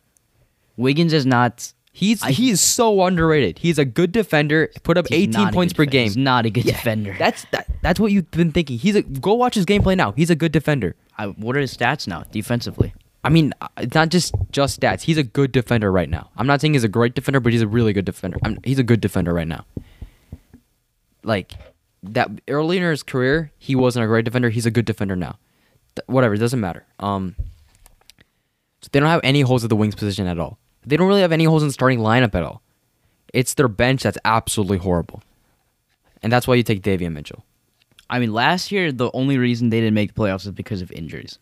Speaker 2: Wiggins is not.
Speaker 1: He's
Speaker 2: I-
Speaker 1: he is so underrated. He's a good defender. Put up
Speaker 2: he's
Speaker 1: 18
Speaker 2: not a
Speaker 1: points
Speaker 2: good
Speaker 1: per
Speaker 2: defender.
Speaker 1: game.
Speaker 2: He's not a good defender.
Speaker 1: That's that, that's what you've been thinking. He's a go watch his gameplay now. He's a good defender.
Speaker 2: I, what are his stats now defensively?
Speaker 1: I mean, uh, it's not just just stats. He's a good defender right now. I'm not saying he's a great defender, but he's a really good defender. I'm, he's a good defender right now. Like that earlier in his career, he wasn't a great defender. He's a good defender now. Th- whatever, it doesn't matter. Um, so they don't have any holes at the wings position at all. They don't really have any holes in the starting lineup at all. It's their bench that's absolutely horrible, and that's why you take Davian Mitchell.
Speaker 2: I mean, last year the only reason they didn't make the playoffs is because of injuries.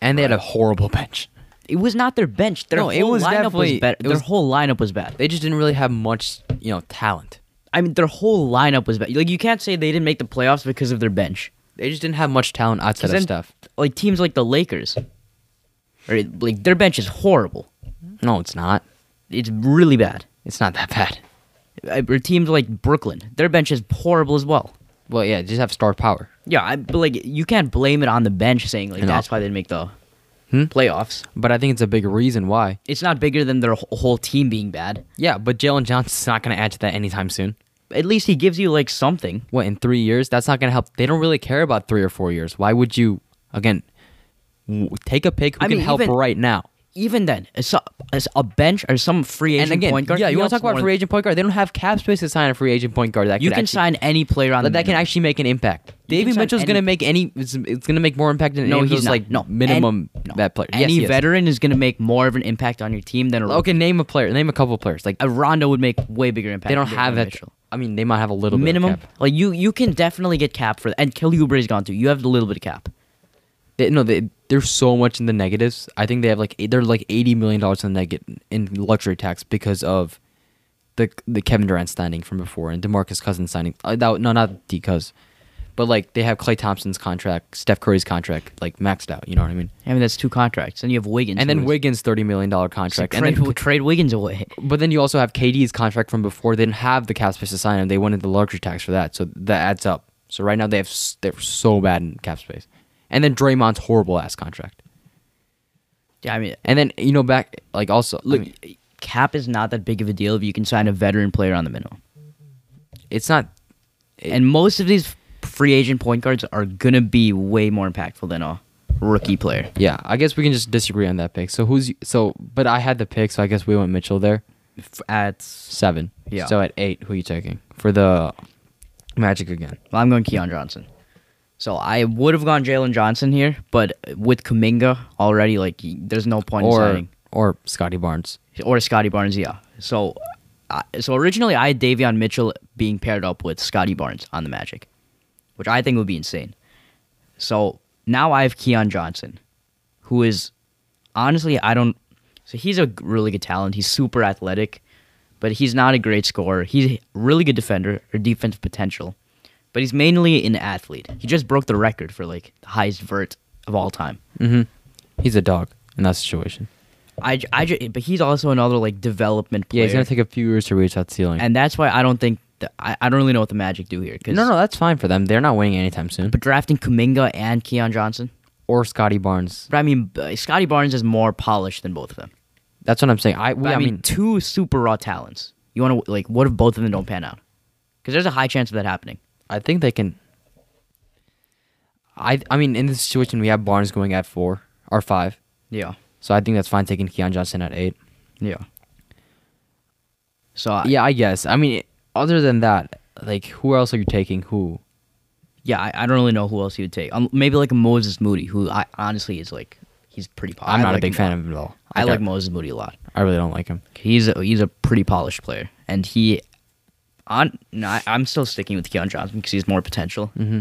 Speaker 1: And they had a horrible (laughs) bench.
Speaker 2: It was not their bench. Their
Speaker 1: No,
Speaker 2: whole
Speaker 1: it was
Speaker 2: lineup was
Speaker 1: definitely-
Speaker 2: bad.
Speaker 1: it
Speaker 2: Their
Speaker 1: was-
Speaker 2: whole lineup was bad.
Speaker 1: They just didn't really have much, you know, talent.
Speaker 2: I mean, their whole lineup was bad. Like you can't say they didn't make the playoffs because of their bench.
Speaker 1: They just didn't have much talent outside
Speaker 2: 'Cause
Speaker 1: of
Speaker 2: then,
Speaker 1: stuff.
Speaker 2: Like teams like the Lakers, or like their bench is horrible.
Speaker 1: No, it's not.
Speaker 2: It's really bad.
Speaker 1: It's not that (laughs) bad.
Speaker 2: Uh, Or teams like Brooklyn, their bench is horrible as well.
Speaker 1: Well, yeah, just have star power.
Speaker 2: Yeah, I, but like you can't blame it on the bench saying like
Speaker 1: No. Hmm?
Speaker 2: that's why they didn't make the playoffs.
Speaker 1: But I think it's a big reason why.
Speaker 2: It's not bigger than their wh- whole team being bad.
Speaker 1: Yeah, but Jalen Johnson's not going to add to that anytime soon.
Speaker 2: at least he gives you like something.
Speaker 1: what in three years that's not going to help they don't really care about three or four years why would you again w- take a pick who
Speaker 2: I
Speaker 1: can
Speaker 2: mean,
Speaker 1: help
Speaker 2: even-
Speaker 1: right now
Speaker 2: Even then, it's a, it's a bench or some free agent
Speaker 1: and again
Speaker 2: point guard.
Speaker 1: yeah you want to talk
Speaker 2: also
Speaker 1: about free agent point guard they don't have cap space to sign a free agent point guard that
Speaker 2: You
Speaker 1: could
Speaker 2: can
Speaker 1: actually-
Speaker 2: sign any player on the
Speaker 1: that, that can
Speaker 2: minimum.
Speaker 1: actually make an impact
Speaker 2: You
Speaker 1: Davey
Speaker 2: can sign
Speaker 1: Mitchell's
Speaker 2: any-
Speaker 1: going to make any it's, it's going to make more impact than
Speaker 2: No,
Speaker 1: any of
Speaker 2: he's
Speaker 1: those
Speaker 2: not.
Speaker 1: like
Speaker 2: no
Speaker 1: minimum
Speaker 2: An- no.
Speaker 1: that player Yes,
Speaker 2: Any
Speaker 1: he is.
Speaker 2: veteran is going to make more of an impact on your team than a
Speaker 1: okay name a player name a couple of players like
Speaker 2: A Rondo would make way bigger impact.
Speaker 1: they don't
Speaker 2: than
Speaker 1: have
Speaker 2: Donovan
Speaker 1: that
Speaker 2: Mitchell.
Speaker 1: I mean they might have a little bit of
Speaker 2: minimum.
Speaker 1: cap.
Speaker 2: Like you, you can definitely get cap for that. And Kelly Oubre's gone too. You have a little bit of cap.
Speaker 1: They, no, they, there's so much in the negatives. I think they have like eight- they're like eighty million dollars in the neg- in luxury tax because of the the Kevin Durant signing from before and Demarcus Cousins signing. Uh, that, no, not Cuz, but like they have Clay Thompson's contract, Steph Curry's contract, like maxed out. You know what I mean?
Speaker 2: I mean that's two contracts, and you have Wiggins.
Speaker 1: And then
Speaker 2: who is-
Speaker 1: Wiggins thirty million dollar
Speaker 2: so
Speaker 1: contract,
Speaker 2: trade,
Speaker 1: and then,
Speaker 2: trade Wiggins away. (laughs)
Speaker 1: but then you also have KD's contract from before. They didn't have the cap space to sign him. They wanted the luxury tax for that, so that adds up. So right now they have s- they're so bad in cap space, and then Draymond's horrible ass contract.
Speaker 2: Yeah, I mean,
Speaker 1: And then you know back like also look,
Speaker 2: look,
Speaker 1: mean,
Speaker 2: cap is not that big of a deal if you can sign a veteran player on the minimum.
Speaker 1: it's not. it-
Speaker 2: and most of these free agent point guards are gonna be way more impactful than a rookie player.
Speaker 1: Yeah, I guess we can just disagree on that pick. So who's so? But I had the pick, so I guess we went Mitchell there
Speaker 2: F- At
Speaker 1: seven.
Speaker 2: Yeah.
Speaker 1: So at eight, who are you taking for the Magic again?
Speaker 2: well, I'm going Keon Johnson. So I would have gone Jalen Johnson here, but with Kaminga already, like y- there's no point
Speaker 1: or
Speaker 2: in signing
Speaker 1: or Scotty Barnes?
Speaker 2: or Scotty Barnes. Yeah. So, I so originally I had Davion Mitchell being paired up with Scotty Barnes on the Magic, which I think would be insane. So now I have Keon Johnson, who is honestly I don't. So he's a really good talent. He's super athletic, but he's not a great scorer. He's a really good defender or defensive potential, but he's mainly an athlete. He just broke the record for like the highest vert of all time.
Speaker 1: Mm-hmm. He's a dog in that situation.
Speaker 2: I, j- I j- but he's also another like development player.
Speaker 1: Yeah, he's gonna take a few years to reach that ceiling.
Speaker 2: and that's why I don't think the, I, I don't really know what the Magic do here. Cause,
Speaker 1: no, no, that's fine for them. They're not winning anytime soon.
Speaker 2: But drafting Kuminga and Keon Johnson,
Speaker 1: or Scotty Barnes.
Speaker 2: but I mean, uh, Scotty Barnes is more polished than both of them.
Speaker 1: That's what I'm saying. I, we,
Speaker 2: But,
Speaker 1: I,
Speaker 2: I mean,
Speaker 1: mean,
Speaker 2: two super raw talents. You want to like, what if both of them don't pan out? Because there's a high chance of that happening.
Speaker 1: I think they can. I I mean, in this situation, we have Barnes going at four or five.
Speaker 2: Yeah,
Speaker 1: So I think that's fine taking Keon Johnson at eight.
Speaker 2: yeah. So I, yeah,
Speaker 1: Yeah, I guess. I mean, other than that, like, who else are you taking? Who?
Speaker 2: yeah, I, I don't really know who else you would take. Um, maybe like a Moses Moody, who I honestly is like, he's pretty. polished.
Speaker 1: I'm
Speaker 2: I
Speaker 1: not a
Speaker 2: like
Speaker 1: big
Speaker 2: him
Speaker 1: fan
Speaker 2: lot.
Speaker 1: of him at all.
Speaker 2: I
Speaker 1: Like,
Speaker 2: like Moses Moody a lot.
Speaker 1: I really don't like him.
Speaker 2: He's a, he's a pretty polished player, and he, on no, I, I'm still sticking with Keon Johnson because he's more potential. Mm-hmm.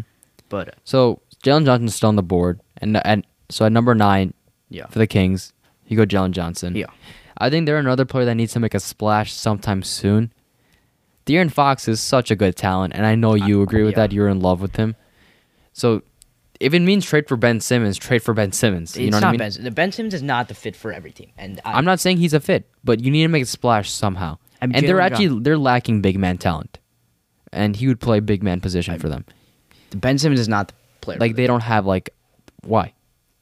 Speaker 2: But uh,
Speaker 1: So Jalen Johnson's still on the board, and and so at number nine,
Speaker 2: Yeah.
Speaker 1: for the Kings, you go Jalen Johnson.
Speaker 2: Yeah.
Speaker 1: I think they're another player that needs to make a splash sometime soon. De'Aaron Fox is such a good talent, and I know you agree with
Speaker 2: yeah.
Speaker 1: that. You're in love with him. So, if it means trade for Ben Simmons, trade for Ben Simmons. You
Speaker 2: it's
Speaker 1: know what
Speaker 2: not
Speaker 1: I mean?
Speaker 2: Ben. Simmons. Ben Simmons is not the fit for every team, and I,
Speaker 1: I'm not saying he's a fit, but you need to make a splash somehow.
Speaker 2: I'm
Speaker 1: and they're
Speaker 2: Jalen
Speaker 1: actually
Speaker 2: Johnson.
Speaker 1: they're lacking big man talent, and he would play big man position for them.
Speaker 2: Ben Simmons is not the player.
Speaker 1: Like they don't have like why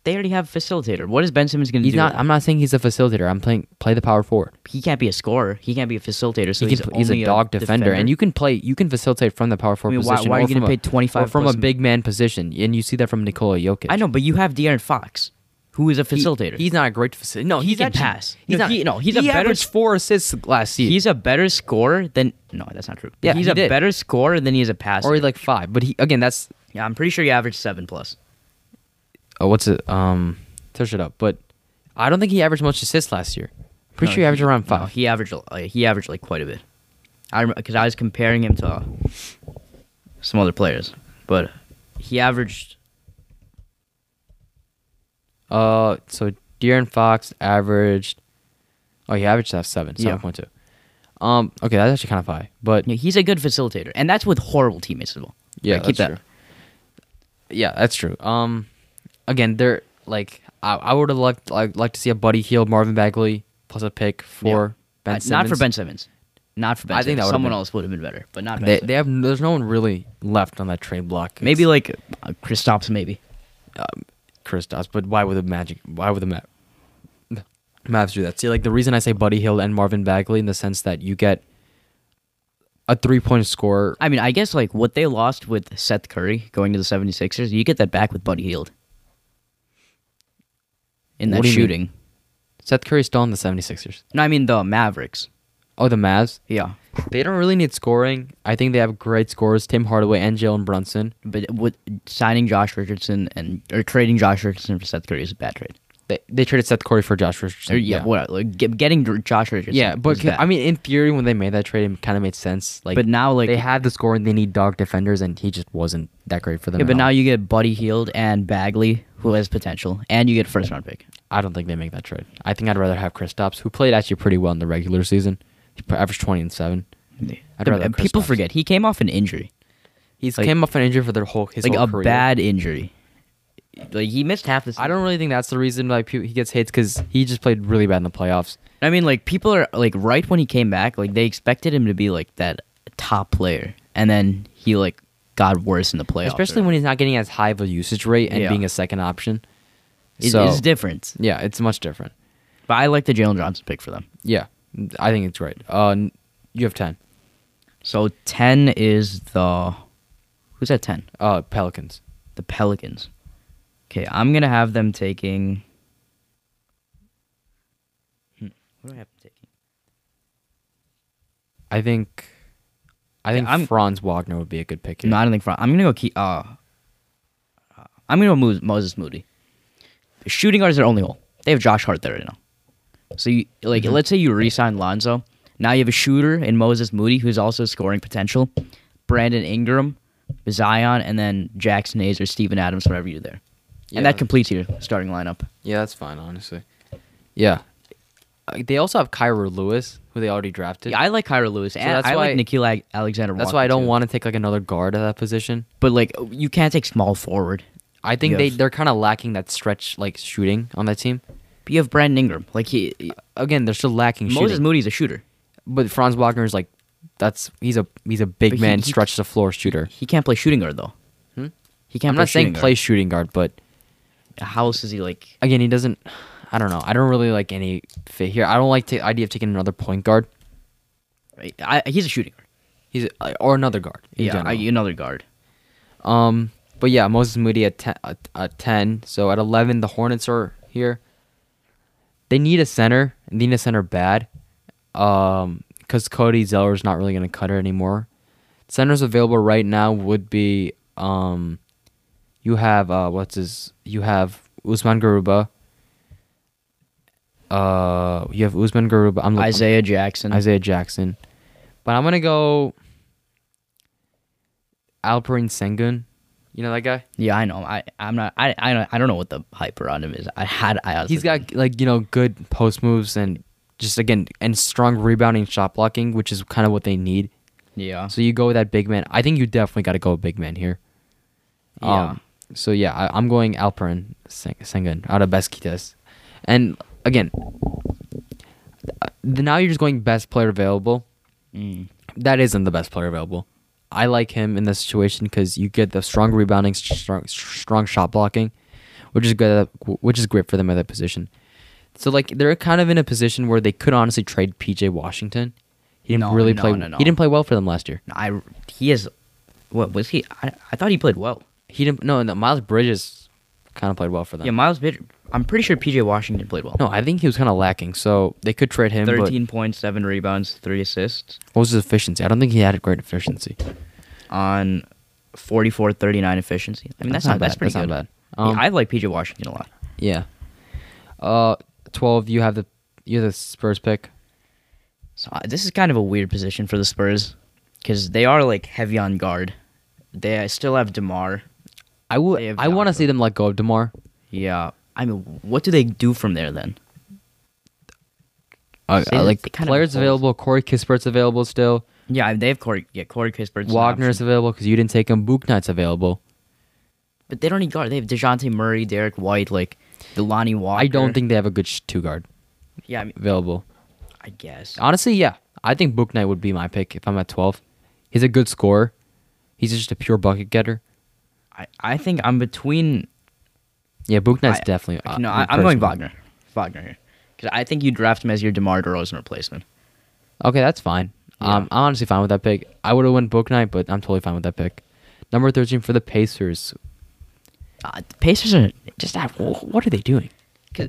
Speaker 2: they already have a facilitator. What is Ben Simmons going to
Speaker 1: he's
Speaker 2: do?
Speaker 1: not. I'm not saying he's a facilitator. I'm playing play the power forward.
Speaker 2: he can't be a scorer. He can't be a facilitator. So
Speaker 1: He
Speaker 2: he's,
Speaker 1: can, he's
Speaker 2: only
Speaker 1: a dog defender, and you can play. You can facilitate from the power forward
Speaker 2: mean, why-
Speaker 1: position.
Speaker 2: why are
Speaker 1: or
Speaker 2: you gonna
Speaker 1: from a-
Speaker 2: pay 25
Speaker 1: or from a
Speaker 2: plus-
Speaker 1: big man position? And you see that from Nikola Jokic.
Speaker 2: I know, but you have De'Aaron Fox, who is a
Speaker 1: He-
Speaker 2: facilitator.
Speaker 1: he's not a great facilitator. No,
Speaker 2: He
Speaker 1: he's
Speaker 2: can
Speaker 1: actually-
Speaker 2: pass.
Speaker 1: He's
Speaker 2: No,
Speaker 1: not.
Speaker 2: he- no, he's a
Speaker 1: he
Speaker 2: better-
Speaker 1: average four assists last season.
Speaker 2: he's a better scorer than no, that's not true.
Speaker 1: Yeah,
Speaker 2: he's
Speaker 1: he
Speaker 2: a
Speaker 1: did.
Speaker 2: better scorer than he is a passer.
Speaker 1: or like five, but he again that's
Speaker 2: yeah, I'm pretty sure he averaged seven plus.
Speaker 1: oh, what's it? Um, search it up. But I don't think he averaged much assists last year. Pretty
Speaker 2: No,
Speaker 1: sure he averaged around
Speaker 2: no,
Speaker 1: five.
Speaker 2: he averaged a- uh, he averaged like quite a bit. I because I was comparing him to uh, some other players, but he averaged
Speaker 1: uh, so De'Aaron Fox averaged. Oh, he averaged that seven,
Speaker 2: Yeah.
Speaker 1: seven point two. Um, okay, that's actually kind of high, but
Speaker 2: Yeah, he's a good facilitator, and that's with horrible teammates as well.
Speaker 1: yeah,
Speaker 2: Like, keep
Speaker 1: that's
Speaker 2: that. Uh,
Speaker 1: true. Yeah, that's true. Um, again, they're like I, I would have liked like like to see a Buddy Heald, Marvin Bagley plus a pick for Ben
Speaker 2: Uh,
Speaker 1: Simmons.
Speaker 2: Not for Ben Simmons. Not for Ben.
Speaker 1: I
Speaker 2: I
Speaker 1: think
Speaker 2: think
Speaker 1: that would've
Speaker 2: someone
Speaker 1: been-
Speaker 2: else would have been better, but not ben
Speaker 1: They,
Speaker 2: Simmons.
Speaker 1: they have there's no one really left on that trade block.
Speaker 2: maybe like uh, Kristaps, maybe.
Speaker 1: Kristaps, but why would the Magic? Why would the Ma- (laughs) Mavs do that? See, like the reason I say Buddy Hill and Marvin Bagley in the sense that you get a three point scorer.
Speaker 2: I mean, I guess like what they lost with Seth Curry going to the 76ers, you get that back with Buddy Heald. In that
Speaker 1: What do you mean?
Speaker 2: shooting.
Speaker 1: Seth Curry's still on the 76ers.
Speaker 2: No, I mean the Mavericks.
Speaker 1: Oh, the Mavs?
Speaker 2: Yeah.
Speaker 1: They don't really need scoring. I think they have great scorers Tim Hardaway and Jalen Brunson.
Speaker 2: But with signing Josh Richardson and or trading Josh Richardson for Seth Curry is a bad trade.
Speaker 1: They, they traded Seth Curry for Josh
Speaker 2: Or,
Speaker 1: Richardson.
Speaker 2: yeah, what like get- getting Dr- Josh Richardson.
Speaker 1: Yeah, but
Speaker 2: was
Speaker 1: can-
Speaker 2: bad.
Speaker 1: I mean, in theory, when they made that trade, it kind of made sense. Like,
Speaker 2: but now like
Speaker 1: they had the score and they need dog defenders, and he just wasn't that great for them.
Speaker 2: yeah, but
Speaker 1: at
Speaker 2: now
Speaker 1: all.
Speaker 2: you get Buddy Heald and Bagley who has potential and you get a first round pick.
Speaker 1: I don't think they make that trade. I think I'd rather have Kristaps, who played actually pretty well in the regular season. He pr- averaged twenty and seven. I'd rather have
Speaker 2: And people
Speaker 1: Kristaps.
Speaker 2: forget he came off an injury.
Speaker 1: He's
Speaker 2: Like-
Speaker 1: came off an injury for their whole his
Speaker 2: like
Speaker 1: whole
Speaker 2: a
Speaker 1: career.
Speaker 2: bad injury. Like he missed half the season.
Speaker 1: I don't really think that's the reason why pe- he gets hates because he just played really bad in the playoffs.
Speaker 2: I mean, like people are like right when he came back, like they expected him to be like that top player, and then he like got worse in the playoffs.
Speaker 1: especially when he's not getting as high of a usage rate and
Speaker 2: Yeah.
Speaker 1: being a second option.
Speaker 2: it
Speaker 1: so,
Speaker 2: is different.
Speaker 1: yeah, it's much different.
Speaker 2: But I like the Jalen Johnson pick for them.
Speaker 1: Yeah, I think it's great. Uh, n- you have ten.
Speaker 2: So ten is the who's at ten?
Speaker 1: Uh, Pelicans.
Speaker 2: The Pelicans. Okay, I'm gonna have them taking. Hmm, What do I have them taking?
Speaker 1: I think, I think
Speaker 2: I'm-
Speaker 1: Franz Wagner would be a good pick. Here.
Speaker 2: No, I don't think Fra- I'm gonna go. Key, uh, uh, I'm gonna go Mo- Moses Moody. Shooting guard is their only hole. They have Josh Hart there right now. So you like,
Speaker 1: Mm-hmm.
Speaker 2: let's say you re-sign Lonzo. Now you have a shooter in Moses Moody who's also scoring potential. Brandon Ingram, Zion, and then Jackson Hayes or Steven Adams, whatever you do there. And
Speaker 1: Yeah.
Speaker 2: that completes your starting lineup.
Speaker 1: yeah, that's fine, honestly. Yeah, Uh, they also have Kyra Lewis, who they already drafted.
Speaker 2: Yeah, I like Kyra Lewis, and
Speaker 1: that's
Speaker 2: I
Speaker 1: why-
Speaker 2: like Nikhil Alexander.
Speaker 1: that's why I don't want to take like another guard at that position.
Speaker 2: But like, you can't take small forward.
Speaker 1: I think
Speaker 2: You
Speaker 1: they
Speaker 2: have-
Speaker 1: they're kind of lacking that stretch like shooting on that team.
Speaker 2: But you have Brandon Ingram. Like he,
Speaker 1: Again, they're still lacking
Speaker 2: Moses
Speaker 1: Uh, shooting.
Speaker 2: Moody's a shooter.
Speaker 1: but Franz Wagner is like, that's he's a he's a big
Speaker 2: But he-
Speaker 1: man,
Speaker 2: he-
Speaker 1: stretch the floor shooter.
Speaker 2: He can't play shooting guard though. He
Speaker 1: Hmm?
Speaker 2: can't.
Speaker 1: I'm
Speaker 2: play
Speaker 1: not saying
Speaker 2: shooting
Speaker 1: play shooting guard, but
Speaker 2: guard. How else is he like?
Speaker 1: again, he doesn't. I don't know. I don't really like any fit here. I don't like the idea of taking another point guard.
Speaker 2: I, he's a shooting guard.
Speaker 1: He's uh, or another guard. in
Speaker 2: Yeah, I,
Speaker 1: general.
Speaker 2: another guard.
Speaker 1: um. But yeah, Moses Moody at ten, at, at ten. So at eleven, the Hornets are here. They need a center. They need a center bad. Um, because Cody Zeller's not really gonna cut it anymore. Centers available right now would be um, you have uh, what's his? You have Usman Garuba. Uh, you have Usman Garuba. I'm looking.
Speaker 2: Isaiah Jackson.
Speaker 1: Isaiah Jackson. But I'm gonna go Alperin Sengun. You know that guy?
Speaker 2: Yeah, I know. I I'm not. I I don't, I don't know what the hype around him is. I had. I honestly
Speaker 1: He's got like, you know, good post moves and just again and strong rebounding shot blocking, which is kind of what they need.
Speaker 2: Yeah.
Speaker 1: So you go with that big man. I think you definitely gotta go with big man here.
Speaker 2: Yeah.
Speaker 1: Um, so yeah, I, I'm going Alperin Sen- Sengun out of Besiktas, and again, th- now you're just going best player available.
Speaker 2: Mm.
Speaker 1: that isn't the best player available. I like him in this situation because you get the strong rebounding, strong, strong shot blocking, which is good. Which is great for them at that position. So like they're kind of in a position where they could honestly trade PJ Washington. He didn't
Speaker 2: No,
Speaker 1: really
Speaker 2: no,
Speaker 1: play.
Speaker 2: no, no.
Speaker 1: He didn't play well for them last year.
Speaker 2: I he is. What was he? I, I thought he played well.
Speaker 1: He didn't. No, no Miles Bridges kind of played well for them.
Speaker 2: Yeah, Miles. Bid- I'm pretty sure PJ Washington played well.
Speaker 1: no, I think he was kind of lacking. So they could trade him. but
Speaker 2: Thirteen point seven rebounds, three assists
Speaker 1: what was his efficiency? I don't think he had a great efficiency.
Speaker 2: on 44 39 efficiency. I mean that's, not, that's pretty good.
Speaker 1: not bad.
Speaker 2: Yeah,
Speaker 1: Um,
Speaker 2: I like PJ Washington a lot.
Speaker 1: Yeah. Uh, twelve. You have the you have the Spurs pick.
Speaker 2: So uh, this is kind of a weird position for the Spurs because they are like heavy on guard. They uh, still have Demar.
Speaker 1: I would.
Speaker 2: They have
Speaker 1: I want to
Speaker 2: Donovan.
Speaker 1: see them let go of Demar.
Speaker 2: Yeah, I mean, what do they do from there then?
Speaker 1: Uh,
Speaker 2: Say that
Speaker 1: like
Speaker 2: they kind of
Speaker 1: players
Speaker 2: have holes.
Speaker 1: available, Corey Kispert's available still.
Speaker 2: Yeah, they have Corey. Yeah, Corey Kispert's an
Speaker 1: Wagner's
Speaker 2: option.
Speaker 1: available because you didn't take him. Booknight's available.
Speaker 2: but they don't need guard. They have Dejounte Murray, Derek White, like Delonte Walker.
Speaker 1: I don't think they have a good sh- two guard
Speaker 2: Yeah, I, mean,
Speaker 1: available.
Speaker 2: I guess.
Speaker 1: Honestly, yeah, I think Booknight would be my pick if I'm at twelve. He's a good scorer. He's just a pure bucket getter.
Speaker 2: I, I think I'm between.
Speaker 1: Yeah, Booknight's
Speaker 2: I-
Speaker 1: definitely. uh,
Speaker 2: no,
Speaker 1: my
Speaker 2: I, I'm going
Speaker 1: personal-
Speaker 2: Wagner. Wagner here because I think you draft him as your Demar Derozan replacement.
Speaker 1: Okay, that's fine. Um, I'm honestly fine with that pick. I would have went Book Knight, but I'm totally fine with that pick. Number 13 for the Pacers.
Speaker 2: Uh, the Pacers are just at
Speaker 1: Wh- What are they doing?
Speaker 2: Cause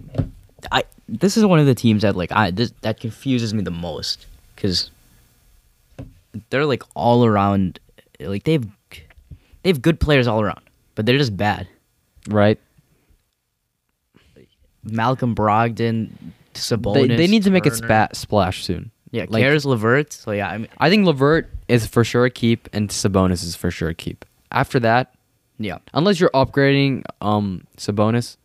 Speaker 2: I this is one of the teams that like I this, that confuses me the most because they're like all around like they've they have good players all around but they're just bad.
Speaker 1: Right?
Speaker 2: Malcolm Brogdon,
Speaker 1: They,
Speaker 2: Sabonis.
Speaker 1: they need to make a
Speaker 2: Turner.
Speaker 1: spa- splash soon.
Speaker 2: Yeah,
Speaker 1: like-
Speaker 2: like, Karis Levert. So yeah, I mean
Speaker 1: I think Levert is for sure a keep, and Sabonis is for sure a keep. After that,
Speaker 2: yeah.
Speaker 1: unless you're upgrading um Sabonis,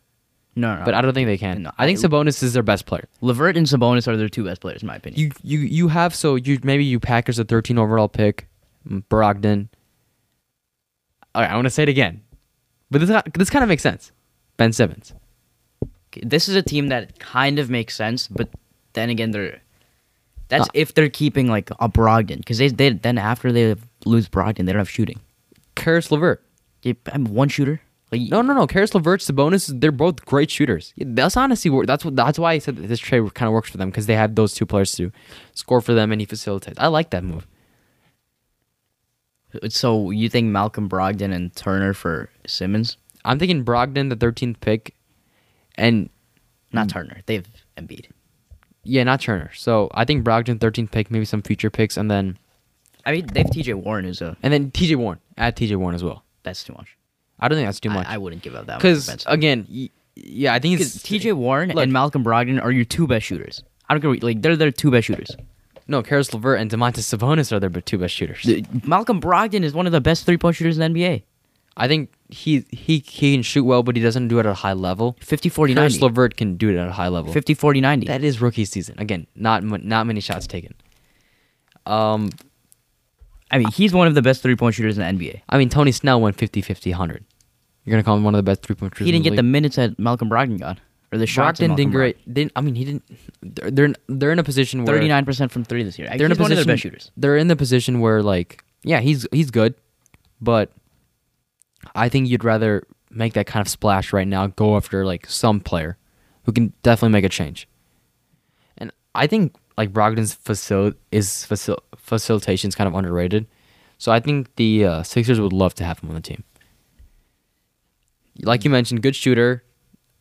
Speaker 2: No, no, no.
Speaker 1: but I don't think they can.
Speaker 2: No,
Speaker 1: I think
Speaker 2: I-
Speaker 1: Sabonis is their best player.
Speaker 2: Levert and Sabonis are their two best players in my opinion.
Speaker 1: You you you have so you maybe you Packers a 13 overall pick, mm, Brogdon. All right, I want to say it again, but this this kind of makes sense. Ben Simmons.
Speaker 2: this is a team that kind of makes sense, but then again, they're
Speaker 1: Uh.
Speaker 2: that's if they're keeping like a Brogdon because they, they then after they lose Brogdon, they don't have shooting.
Speaker 1: Karis LeVert.
Speaker 2: They- I'm one shooter. Like
Speaker 1: No, no, no. Karis LeVert, Sabonis, they're both great shooters. That's honestly where- that's what that's why I said that this trade kind of works for them because they have those two players to score for them and he facilitates. I like that move.
Speaker 2: So you think Malcolm Brogdon and Turner for Simmons?
Speaker 1: I'm thinking Brogdon, the 13th pick, and Mm.
Speaker 2: Not Turner. They have Embiid.
Speaker 1: yeah, not Turner. So I think Brogdon, 13th pick, maybe some future picks, and then
Speaker 2: I mean, they have TJ Warren. Who's a
Speaker 1: and then T.J. Warren. Add T.J. Warren as well.
Speaker 2: that's too much.
Speaker 1: I don't think that's too
Speaker 2: I-
Speaker 1: much.
Speaker 2: I, wouldn't give up that
Speaker 1: Because
Speaker 2: much.
Speaker 1: again, y- yeah, I think it's
Speaker 2: T.J. Warren
Speaker 1: Look.
Speaker 2: and Malcolm Brogdon are your two best shooters. I don't care. what- Like they're their two best shooters.
Speaker 1: No, Karis LeVert and Demontis Sabonis are their b- two best shooters.
Speaker 2: Malcolm Brogdon is one of the best three point shooters in the NBA.
Speaker 1: I think he he he can shoot well, but he doesn't do it at a high level.
Speaker 2: 50 40
Speaker 1: Karis
Speaker 2: 90.
Speaker 1: LeVert can do it at a high level.
Speaker 2: 50 40 90.
Speaker 1: That is rookie season. Again, not mu- not many shots taken. Um,
Speaker 2: I mean, he's one of the best three point shooters in the NBA.
Speaker 1: I mean Tony Snell went 50 50 100. You're going to call him one of the best three-point shooters.
Speaker 2: He didn't
Speaker 1: in
Speaker 2: get the
Speaker 1: league?
Speaker 2: minutes that Malcolm Brogdon got, or the shots. that
Speaker 1: Brogdon
Speaker 2: Malcolm
Speaker 1: didn't great. Didn't I mean he didn't they're they're in, they're in a position where
Speaker 2: Thirty nine percent from three this year.
Speaker 1: they're in a
Speaker 2: He's one
Speaker 1: position
Speaker 2: of their best shooters.
Speaker 1: They're in the position where like yeah, he's he's good, but I think you'd rather make that kind of splash right now, go after like some player who can definitely make a change. And I think like Brogdon's facil is facil- facilitation is kind of underrated. So I think the uh, Sixers would love to have him on the team. Like you mentioned, good shooter,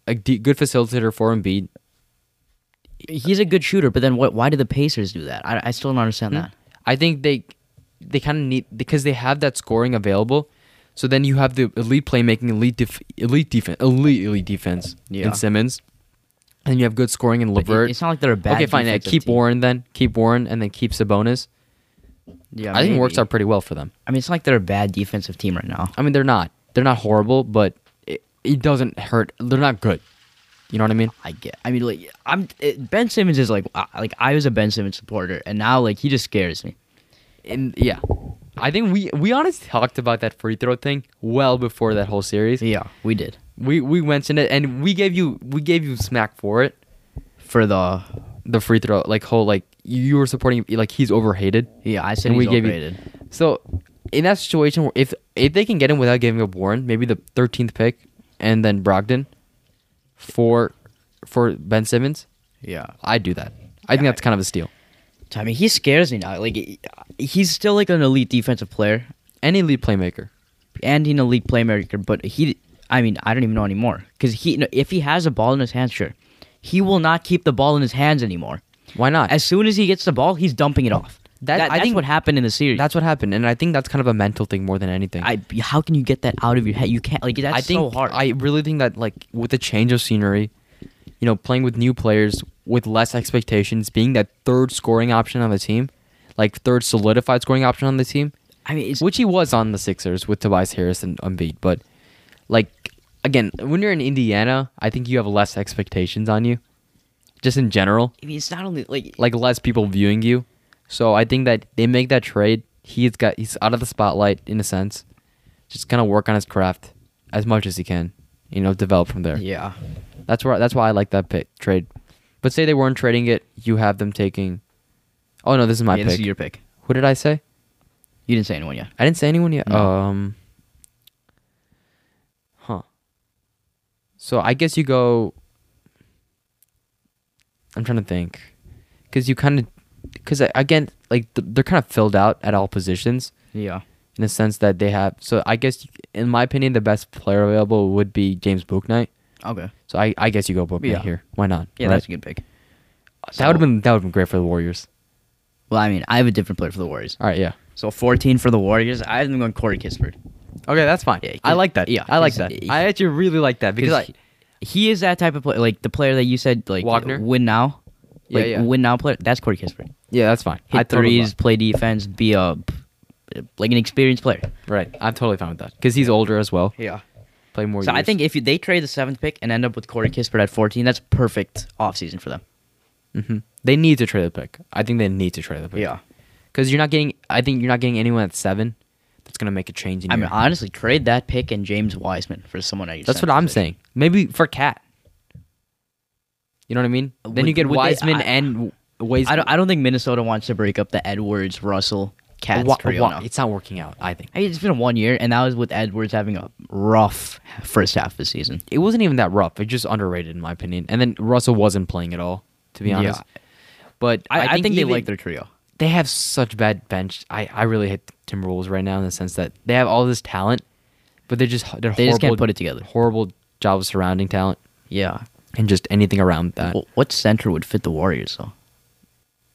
Speaker 1: a d- good facilitator for Embiid.
Speaker 2: He's a good shooter, but then what? Why did the Pacers do that? I, I still don't
Speaker 1: Hmm.
Speaker 2: understand that.
Speaker 1: Mm-hmm. I think they they kind of need because they have that scoring available. So then you have the elite playmaking, elite def, elite defense, elite elite defense
Speaker 2: Yeah.
Speaker 1: in Simmons, and you have good scoring in
Speaker 2: But it-
Speaker 1: Levert.
Speaker 2: it's not like they're a bad.
Speaker 1: okay, fine. Yeah,
Speaker 2: defensive
Speaker 1: keep
Speaker 2: team.
Speaker 1: Warren then, keep Warren, and then keep Sabonis.
Speaker 2: Yeah,
Speaker 1: I think it works
Speaker 2: maybe.
Speaker 1: out pretty well for them.
Speaker 2: I mean, it's not like they're a bad defensive team right now.
Speaker 1: I mean, they're not they're not horrible, but it, it doesn't hurt. They're not good. You know what I mean?
Speaker 2: I get. I mean, like I'm it, Ben Simmons is like I- like I was a Ben Simmons supporter, and now like he just scares me.
Speaker 1: And yeah, I think we we honestly talked about that free throw thing well before that whole series.
Speaker 2: Yeah, we did
Speaker 1: We we mentioned it, and we gave you we gave you smack for it.
Speaker 2: for the
Speaker 1: The free throw, like whole, like you were supporting, like he's overhated,
Speaker 2: yeah. I said
Speaker 1: and we
Speaker 2: he's
Speaker 1: gave
Speaker 2: overrated.
Speaker 1: you. So in that situation, if if they can get him without giving up Warren, maybe the thirteenth pick, and then Brogdon for for Ben Simmons,
Speaker 2: yeah.
Speaker 1: I'd do that. I think that's kind of a steal.
Speaker 2: I mean, he scares me now. Like he- he's still like an elite defensive player
Speaker 1: Any lead playmaker,
Speaker 2: and an elite playmaker, but he. I mean, I don't even know anymore because he. no, If he has a ball in his hands, sure, he will not keep the ball in his hands anymore.
Speaker 1: why not?
Speaker 2: As soon as he gets the ball, he's dumping it off.
Speaker 1: That-
Speaker 2: That,
Speaker 1: I
Speaker 2: that's
Speaker 1: think-
Speaker 2: what happened in the series.
Speaker 1: that's what happened, and I think that's kind of a mental thing more than anything.
Speaker 2: I. How can you get that out of your head? You can't. Like that's
Speaker 1: I think
Speaker 2: so hard.
Speaker 1: I really think that like with the change of scenery, you know, playing with new players with less expectations, being that third scoring option on the team, like third solidified scoring option on the team,
Speaker 2: I mean, it's,
Speaker 1: which he was on the Sixers with Tobias Harris and Embiid, but like again, when you're in Indiana, I think you have less expectations on you, just in general,
Speaker 2: I mean, it's not only like
Speaker 1: like less people viewing you. So I think that they make that trade. He's got he's out of the spotlight in a sense. Just kind of work on his craft as much as he can. You know, develop from there.
Speaker 2: yeah.
Speaker 1: That's where that's why I like that pick, trade. But say they weren't trading it, you have them taking. Oh no, this is my
Speaker 2: yeah,
Speaker 1: pick.
Speaker 2: This is your pick.
Speaker 1: Who did I say?
Speaker 2: You didn't say anyone yet.
Speaker 1: I didn't say anyone yet.
Speaker 2: No.
Speaker 1: Um. Huh. So I guess you go. I'm trying to think, because you kind of because again, like th- they're kind of filled out at all positions
Speaker 2: Yeah.
Speaker 1: in the sense that they have. So I guess, in my opinion, the best player available would be James Booknight.
Speaker 2: Okay.
Speaker 1: So I, I guess you go Booknight
Speaker 2: Yeah.
Speaker 1: here. Why not?
Speaker 2: Yeah,
Speaker 1: right?
Speaker 2: that's a good pick.
Speaker 1: that would have been that would have been great for the Warriors.
Speaker 2: Well, I mean, I have a different player for the Warriors.
Speaker 1: All right, yeah.
Speaker 2: So 14 for the Warriors. I have them going Corey Kispert.
Speaker 1: Okay, that's fine.
Speaker 2: Yeah,
Speaker 1: I like that.
Speaker 2: yeah,
Speaker 1: I like
Speaker 2: he's-
Speaker 1: that.
Speaker 2: he-
Speaker 1: I actually really like that because I,
Speaker 2: he, he is that type of player, like the player that you said, like
Speaker 1: Wagner?
Speaker 2: win now,
Speaker 1: Yeah,
Speaker 2: like
Speaker 1: yeah.
Speaker 2: win now player. That's Corey Kispert.
Speaker 1: yeah, that's fine.
Speaker 2: Hit
Speaker 1: I totally
Speaker 2: threes, play defense, be a like an experienced player.
Speaker 1: right. I'm totally fine with that because he's older as well.
Speaker 2: Yeah.
Speaker 1: Play more.
Speaker 2: So I
Speaker 1: years.
Speaker 2: think if you, they trade the seventh pick and end up with Corey Kispert at 14, that's perfect offseason for them.
Speaker 1: hmm they need to trade the pick. I think they need to trade the pick. because you're not getting. I think you're not getting anyone at seven that's gonna make a change in
Speaker 2: I
Speaker 1: your.
Speaker 2: mean, honestly, trade that pick and James Wiseman for someone at your
Speaker 1: That's what
Speaker 2: center
Speaker 1: I'm
Speaker 2: position.
Speaker 1: saying. Maybe for Cat. You know what I mean? then
Speaker 2: Would-
Speaker 1: you get
Speaker 2: would they-
Speaker 1: Wiseman
Speaker 2: I-
Speaker 1: and Wiseman.
Speaker 2: I don't. I don't think Minnesota wants to break up the Edwards, Russell, Cats trio. now.
Speaker 1: It's not working out. I think
Speaker 2: I mean, it's been one year, and that was with Edwards having a rough first half of the season.
Speaker 1: it wasn't even that rough. It just underrated in my opinion. And then Russell wasn't playing at all, to be
Speaker 2: Yeah.
Speaker 1: honest. But
Speaker 2: I, I think, they
Speaker 1: even-
Speaker 2: like their trio.
Speaker 1: they have such bad bench. I, I really hate Timberwolves right now in the sense that they have all this talent, but they're just they're
Speaker 2: They
Speaker 1: horrible,
Speaker 2: just can't put it together.
Speaker 1: Horrible job of surrounding talent
Speaker 2: Yeah.
Speaker 1: and just anything around that.
Speaker 2: Well, what center would fit the Warriors though?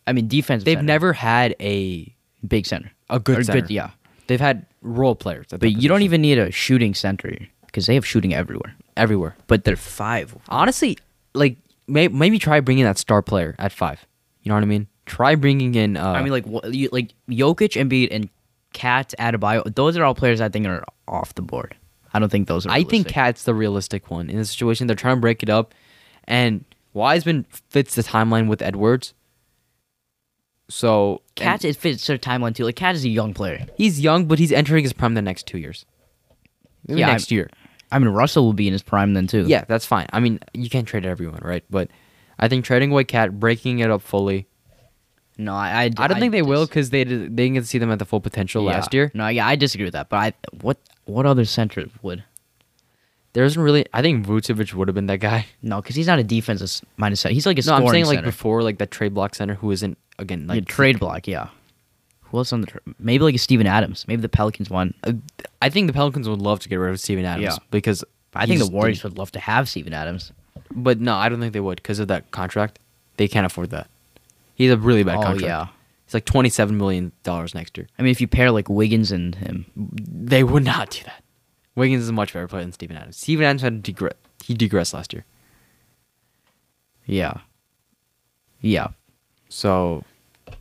Speaker 2: I mean, defense.
Speaker 1: They've never had a
Speaker 2: big center.
Speaker 1: a good
Speaker 2: Or
Speaker 1: center.
Speaker 2: yeah,
Speaker 1: They've had role players. at that
Speaker 2: but you don't e-
Speaker 1: position
Speaker 2: even need a shooting center because they have shooting everywhere.
Speaker 1: everywhere.
Speaker 2: But they're five.
Speaker 1: Honestly, like may, maybe try bringing that star player at five. You know what I mean? Try bringing in. Uh,
Speaker 2: I mean, like what, you, like Jokic, Embiid, and Cat Adebayo. Those are all players I think are off the board. I don't think those are.
Speaker 1: I think
Speaker 2: realistic.
Speaker 1: Cat's the realistic one in the situation. They're trying to break it up, and Wiseman fits the timeline with Edwards. So and
Speaker 2: Cat it fits their timeline too. Like Cat is a young player.
Speaker 1: he's young, but he's entering his prime the next two years. Maybe
Speaker 2: Yeah,
Speaker 1: next
Speaker 2: I'm-
Speaker 1: year.
Speaker 2: I mean, Russell will be in his prime then too.
Speaker 1: Yeah, that's fine. I mean, you can't trade everyone, right? But I think trading away Cat, breaking it up fully.
Speaker 2: No, I. I,
Speaker 1: I don't think they will
Speaker 2: dis-
Speaker 1: because they did, they didn't get to see them at the full potential
Speaker 2: yeah.
Speaker 1: last year.
Speaker 2: No, yeah, I disagree with that. But I what what other center would
Speaker 1: There isn't really. I think Vucevic would have been that guy.
Speaker 2: no? Because he's not a defensive s- minded center. He's like a
Speaker 1: No,
Speaker 2: scoring
Speaker 1: I'm saying like
Speaker 2: center.
Speaker 1: before, like that trade block center who isn't again like
Speaker 2: Yeah, trade block. Yeah. Who else on the tra- maybe like a Steven Adams? Maybe the Pelicans won.
Speaker 1: I think the Pelicans would love to get rid of Steven Adams
Speaker 2: Yeah.
Speaker 1: because
Speaker 2: I think the
Speaker 1: he's-
Speaker 2: Warriors would love to have Steven Adams.
Speaker 1: But no, I don't think they would because of that contract. They can't afford that. He's a really bad
Speaker 2: Oh,
Speaker 1: contract.
Speaker 2: yeah.
Speaker 1: It's like twenty seven million dollars next year.
Speaker 2: I mean, if you pair like Wiggins and him,
Speaker 1: They would not do that. Wiggins is a much better player than Steven Adams. Steven Adams had to degress. He degressed last year.
Speaker 2: yeah, yeah.
Speaker 1: So
Speaker 2: So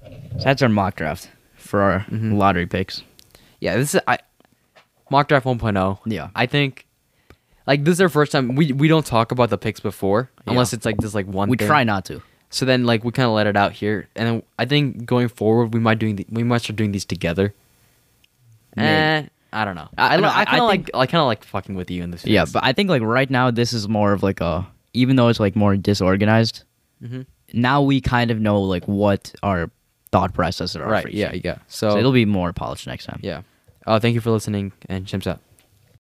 Speaker 2: that's our mock draft for our
Speaker 1: Mm-hmm.
Speaker 2: lottery picks.
Speaker 1: yeah, this is I mock draft 1.0.
Speaker 2: Yeah.
Speaker 1: I think like this is our first time. We we don't talk about the picks before
Speaker 2: Yeah.
Speaker 1: unless it's like this like one.
Speaker 2: We
Speaker 1: thing.
Speaker 2: try not to.
Speaker 1: So then, like, we kind of let it out here, and then I think going forward, we might doing the, we might start doing these together. Eh,
Speaker 2: Maybe.
Speaker 1: I don't know. I, I,
Speaker 2: I know,
Speaker 1: I
Speaker 2: I-
Speaker 1: kind of
Speaker 2: I
Speaker 1: like I kind of like fucking with you in this.
Speaker 2: Yeah, but I think like right now this is more of like a even though it's like more disorganized.
Speaker 1: Mhm.
Speaker 2: Now we kind of know like what our thought processes are.
Speaker 1: right.
Speaker 2: for each
Speaker 1: Yeah,
Speaker 2: thing.
Speaker 1: yeah.
Speaker 2: So
Speaker 1: So, Uh,
Speaker 2: it'll be more polished next time.
Speaker 1: yeah. Oh, thank you for listening, and chimps out.